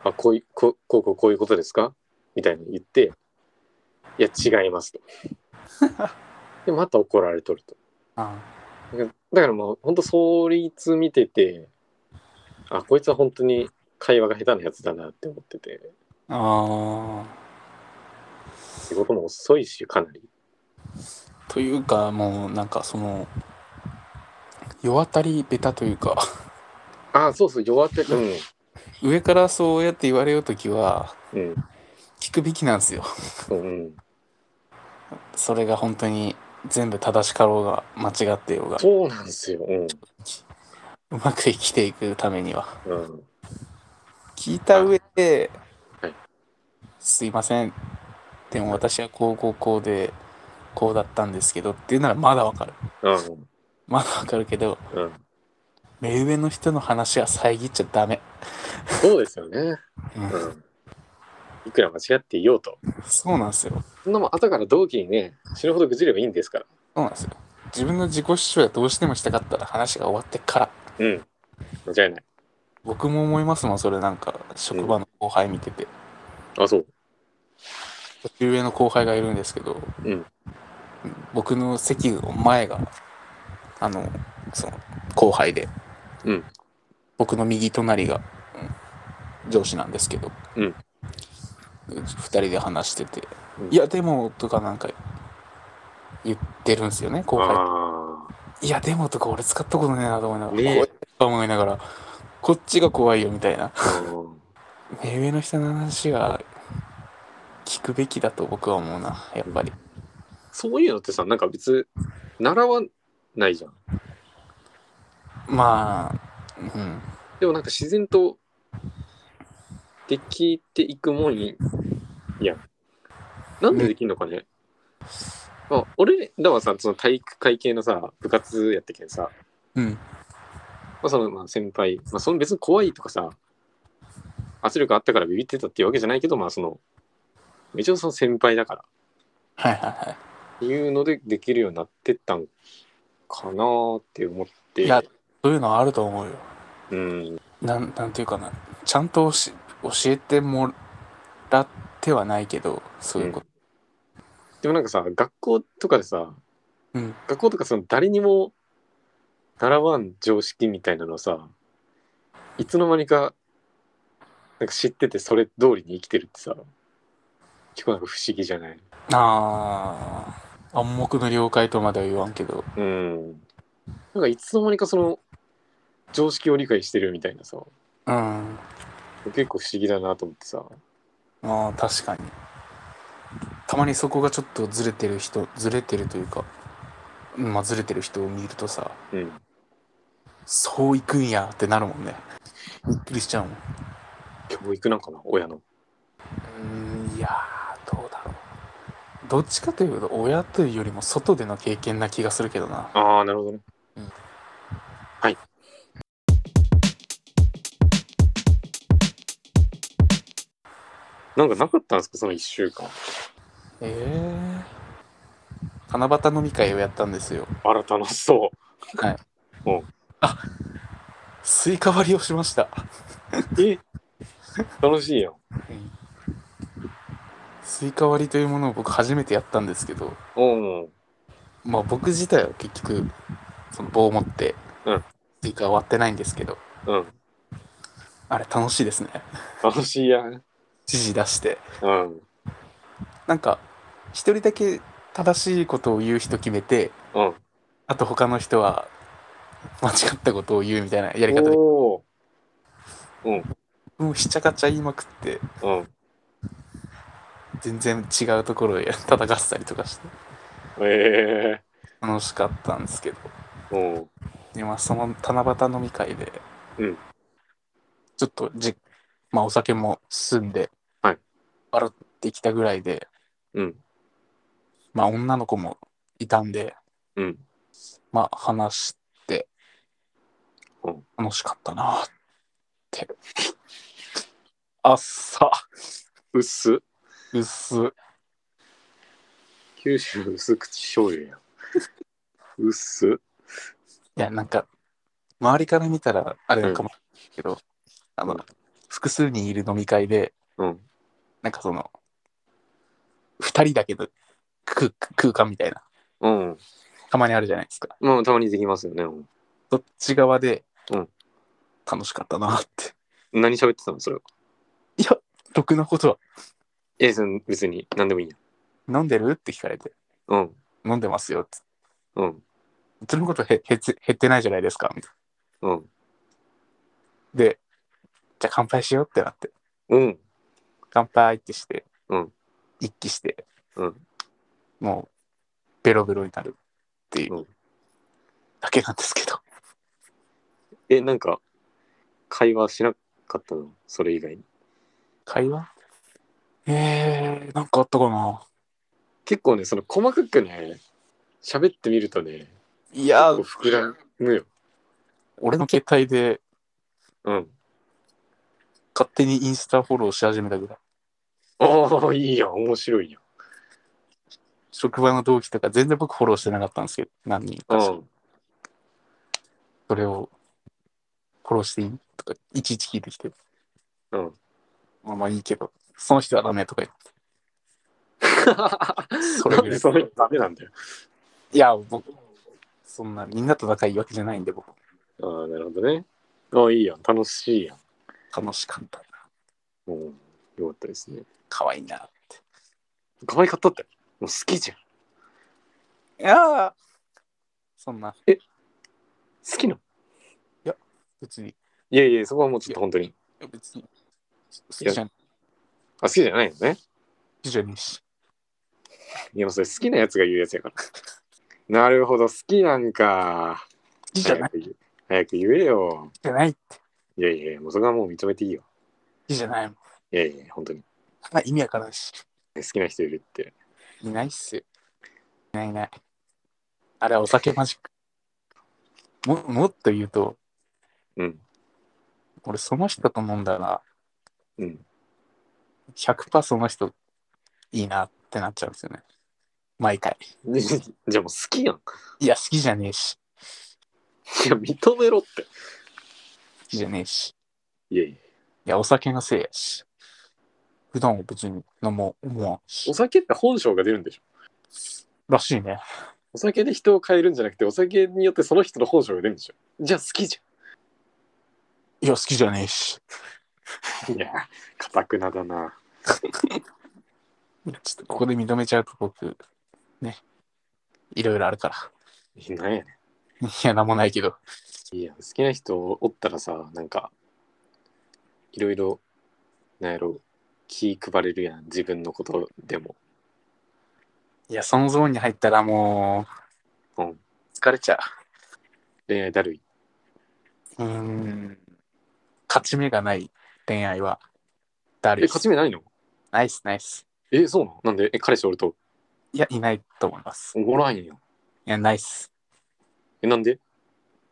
あ、こういこうこうこうこういうことですかみたいに言って、いや、違いますと。で、また怒られとると。あだからもう本当創立見ててあこいつは本当に会話が下手なやつだなって思っててあー仕事も遅いしかなりというかもうなんかその世当たりベタというか あそうそう弱ってうん上からそうやって言われようときはうん聞くべきなんですようんうんそれが本当に全部正しかろうが間違ってようがそうなんですようんうまく生きていくためにはうん聞いた上ではい「すいませんでも私はこうこうこうでこうだったんですけど」っていうならまだわかるうんまだわかるけどうん目上の人の話は遮っちゃダメそうですよねううんんいくら間違っていようとそうなんですよそんなもん後から同期にね死ぬほどぐじればいいんですからそうなんですよ自分の自己主張やどうしてもしたかったら話が終わってからうん間違いない僕も思いますもんそれなんか職場の後輩見ててあそう年上の後輩がいるんですけど、うん僕の席の前があのその後輩で、うん僕の右隣が、うん上司なんですけど、うん2人で話してて「うんいやでも」とかなんか言ってるんですよね後輩あ「いやでも」とか俺使ったことねえなと思いながねら、えこうやって思いながらこっちが怖いよみたいあなうん目上の人の話は聞くべきだと僕は思うなやっぱり。そういうのってさなんか別習わないじゃんまあ、うん、でもなんか自然とできていくもんいやんなんでできんのかね、まあ、俺らはさその体育会系のさ部活やってけんさ、うん、まあ、そのまあ先輩、まあ、その別に怖いとかさ圧力あったからビビってたっていうわけじゃないけどまあその一応その先輩だからはいはいはっていうのでできるようになってったんかなーって思ってい。いや、そういうのはあると思うよ。うんなん、なんていうかな、ちゃんと教え教えてもらってはないけど、そういうこと。でもなんかさ学校とかでさうん、学校とかその誰にも習わん常識みたいなのをさいつの間にかなんか知っててそれ通りに生きてるってさ結構なんか不思議じゃないああ、暗黙の了解とまでは言わんけど、うんなんかいつの間にかその常識を理解してるみたいなさうん、結構不思議だなと思ってさまあ確かに。たまにそこがちょっとずれてる人、ずれてるというか、うんまあずれてる人を見るとさ、うんそういくんやってなるもんね。びっくりしちゃうもん。教育なんかな親のうーんいやーどうだろうどっちかというと親というよりも外での経験な気がするけどなああなるほどねなんかなかったんですかその1週間ええ七夕飲み会をやったんですよあら楽し そうはいおうあスイカ割りをしましたえ楽しいよスイカ割りというものを僕初めてやったんですけどうんまあ僕自体は結局その棒を持ってうんスイカ割ってないんですけど、うんあれ楽しいですね楽しいやん指示出してうんなんか一人だけ正しいことを言う人決めてうんあと他の人は間違ったことを言うみたいなやり方でおもうひちゃかちゃ言いまくってーうん。全然違うところへ叩かせたりとかしてええ楽しかったんですけどー。うん。で、まあ、その七夕飲み会で、うんちょっとじ、まあ、お酒も済んで、はい笑ってきたぐらいで、うん。まあ、女の子もいたんで、うん。まあ、話してうん、楽しかったなって。あっさ、うっす。うっす。九州薄口醤油やん。薄っ。いや、なんか、周りから見たらあれかもしれないけど、あうのん、複数人いる飲み会で、うん。なんかその、二人だけの空空間みたいな、うん。たまにあるじゃないですか。まあ、たまにできますよね。うんどっち側で、うん楽しかったなって。何喋ってたのそれは。いや、ろくなことは、え、その別に何でもいいや。飲んでるって聞かれて、うん。飲んでますよって。うん。そのことへへつ減ってないじゃないですか、みたいうん。な。で、じゃあ乾杯しようってなって、うん。乾杯ってして、うん一気して、うん、もう、ベロベロになるっていううんだけなんですけど。え、なんか、会話しなかったのそれ以外に。会話えー、なんかあったかな結構ね、その細かくね、喋ってみるとね、いやこう膨らむよ。俺の携帯でうん。勝手にインスタフォローし始めたぐらい。ああ、いいやん。面白いやん。職場の同期とか全然僕フォローしてなかったんですけど、何人うかしかん。それをフォローしていいとか、いちいち聞いてきて。うん。まあまあいいけど、その人はダメとか言って。それなん ぐらでいそれダメなんだよ。いや、僕、そんなみんなと仲いいわけじゃないんで、僕、ああ、なるほどね。ああ、いいやん。楽しいやん。楽しかったな。うん。よかったですね。可愛いなって。可愛かったって。もう好きじゃん。いやーそんな、好きなの別に、いいやいや、そこはもうちょっと本当に。や別に、好きじゃん、好あ、好きじゃないのね。きじゃねえし。いや、もうそれ好きなやつが言うやつやから。 なるほど、好きなんか。好きじゃな早い、好く言え早く言えよ。きじゃない、好いやいや、もうそこはもう認めていいよ。きじゃない。いやいや、本当に。あ意味わからんし。好きな人いるって。いないっすよ。いないいない。あれはお酒マジック。ももっと言うと、うん。俺その人と飲んだら、うん。 100%その人いいなってなっちゃうんですよね。毎回。でじゃあもう好きやん。いや、好きじゃねえし、いや、認めろって。好きじゃねえし。いやいや、いや、お酒のせいやし。普段は別に飲もう、思わんしお。酒って本性が出るんでしょ。らしいね。お酒で人を変えるんじゃなくて、お酒によってその人の本性が出るんでしょ。じゃあ好きじいや、好きじゃねえし。ゃん。いや、かたくなだな。いやちょっとここで認めちゃうと僕、ね。いろいろあるから。いないやねいや、なんもないけど。いや、好きな人おったらさ、なんか、いろいろ、なんやろ、気配れるやん、自分のことでも。いや、そのゾーンに入ったらもう、うん疲れちゃう。恋愛だるい。うーん勝ち目がない恋愛は誰え、勝ち目ないのナイスナイスえ、そうなのなんで、え、彼氏おると、いやいないと思いますいおらんやん。やナイスえ、なんで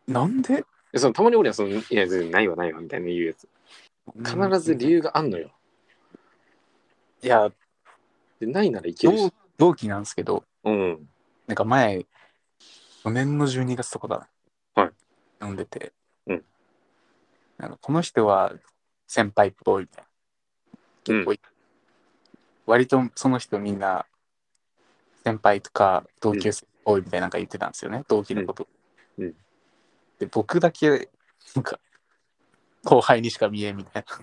なんでえ、その、たまにおるやん、その、いや、全然ないわ、ないわ、みたいな言うやつ。必ず理由があんのよ。いやで、ないならいける同し。同期なんですけどうん。なんか前4年の12月とかだはい飲んでて、うんなんかこの人は先輩っぽいみたいなうんおい割とその人みんな先輩とか同級生っぽいみたいななんか言ってたんですよね、同期のこと、うんうんで僕だけなんか後輩にしか見えんみたいな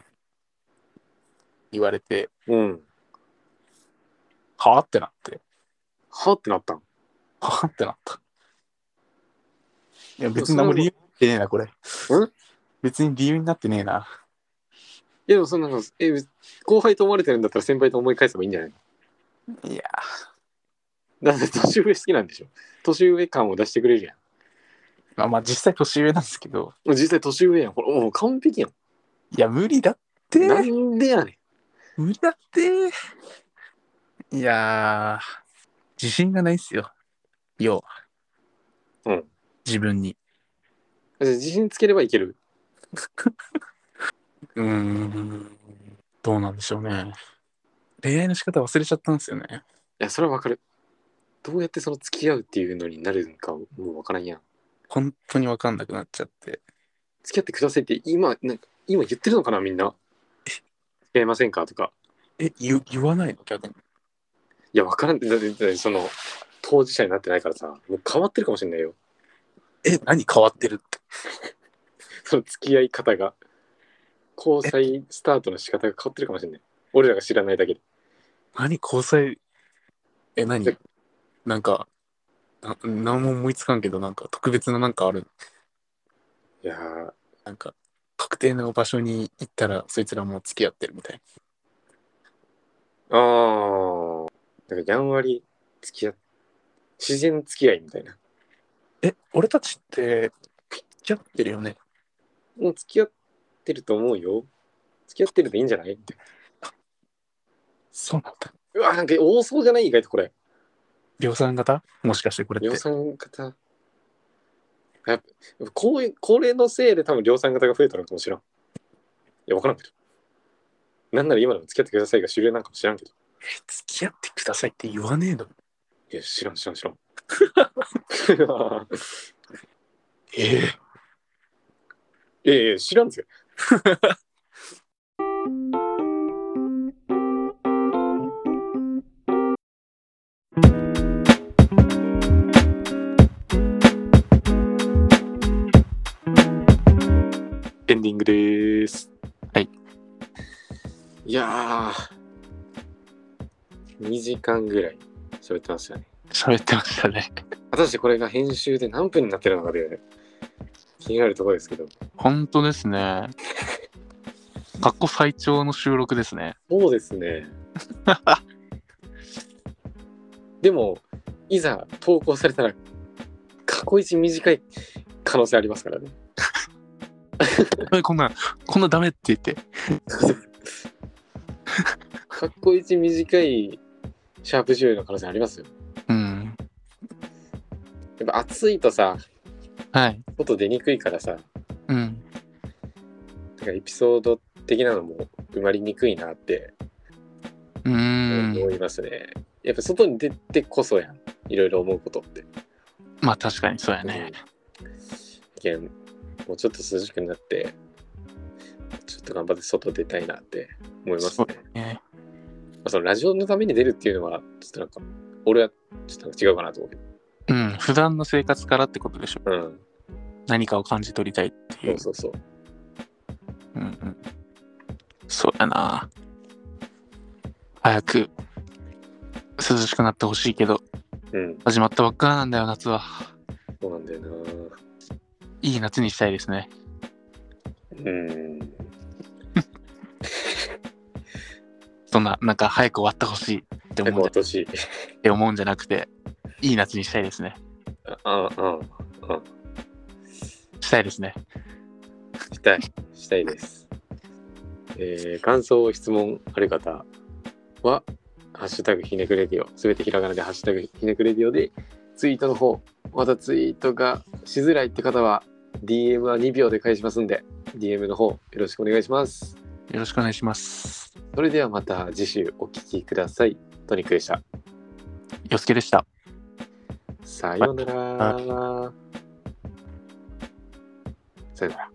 言われてうん。はあってなってはってなったん。はあってなったいや別に何も理由になってねえなこれ別に理由になってねえないや、でもそんなの、え、後輩と思われてるんだったら先輩と思い返せばいいんじゃないいやだって年上好きなんでしょ。年上感を出してくれるやん。まあまあ実際年上なんですけどもう実際年上やん。ほら、もう完璧やん。いや無理だってなんでやねん。無理だっていやー自信がないっすよ要はうん自分にじゃあ自信つければいける。うーんどうなんでしょうね恋愛の仕方忘れちゃったんですよねいや、それはわかる。どうやってその付き合うっていうのになるんかもうわからんやん。本当にわかんなくなっちゃって。付き合ってくださいって今、なんか今言ってるのかなみんな。付き合いませんかとか。え、言言わないの逆に。いや、わからんって、だってだってその、当事者になってないからさ、もう変わってるかもしれないよ。え、何変わってるって。その付き合い方が。交際スタートの仕方が変わってるかもしれない。俺らが知らないだけで。何交際。え、何えなんか、な何も思いつかんけど、なんか特別ななんかある。いやー、なんか、確定の場所に行ったら、そいつらもう付き合ってるみたいああ、なんかやんわり付き合っ自然付き合いみたいな。な。え、俺たちって、付き合ってるよね。もう付き合ってると思うよ。付き合ってるでいいんじゃないって。そうなんだ。うわ、なんか多そうじゃない意外とこれ。量産型もしかしてこれっ量て。産型。やっぱこういう、これのせいで多分量産型が増えたのかもしらん。いや、わからんけど。なんなら今でも付き合ってくださいが主流なんかも知らんけど。付き合ってくださいって言わねえの。いや、知らん、知らん、知らん。 ええいやいや、知らんぜ。エンディングです。はい。いやー、2時間ぐらい喋ってましたね。喋ってましたね。果たしてこれが編集で何分になってるのかで気になるところですけど。本当です ね。過去最長の収録ですね。そうですね。でも、いざ投稿されたら、過去一短い可能性ありますからね。えこんな、こんなダメって言って。過去一短いシャープ10の可能性ありますよ。うん。やっぱ暑いとさ、はい。外出にくいからさ、だうん。からエピソード的なのも埋まりにくいなってうーん。思いますね。やっぱ外に出てこそやん。いろいろ思うことって。まあ確かにそうやね。いや、もうちょっと涼しくなって、ちょっと頑張って外出たいなって思いますそうね。ねまあ、そのラジオのために出るっていうのは、ちょっとなんか、俺はちょっとなんか違うかなと思うけど。うん。普段の生活からってことでしょ。うん。何かを感じ取りたいっていう。そうそうそう。うんうん。そうやな。早く涼しくなってほしいけど、うん。始まったばっかなんだよ、夏は。そうなんだよないい夏にしたいですね。うん。そんな、なんか早く終わってほしいっ結て思構うんじ私、ゃって思うんじゃなくて、いい夏にしたいですね。 ああ、ああ、したいですね。したい。したいです。えー、感想、質問ある方は、ハッシュタグひねくれディオ、すべてひらがなでハッシュタグひねくれディオで、ツイートの方、またツイートがしづらいって方は、DM は2秒で返しますんで、DM の方、よろしくお願いします。よろしくお願いします。それではまた次週お聞きください。トニックでした。よすけでした。さようなら。さようなら。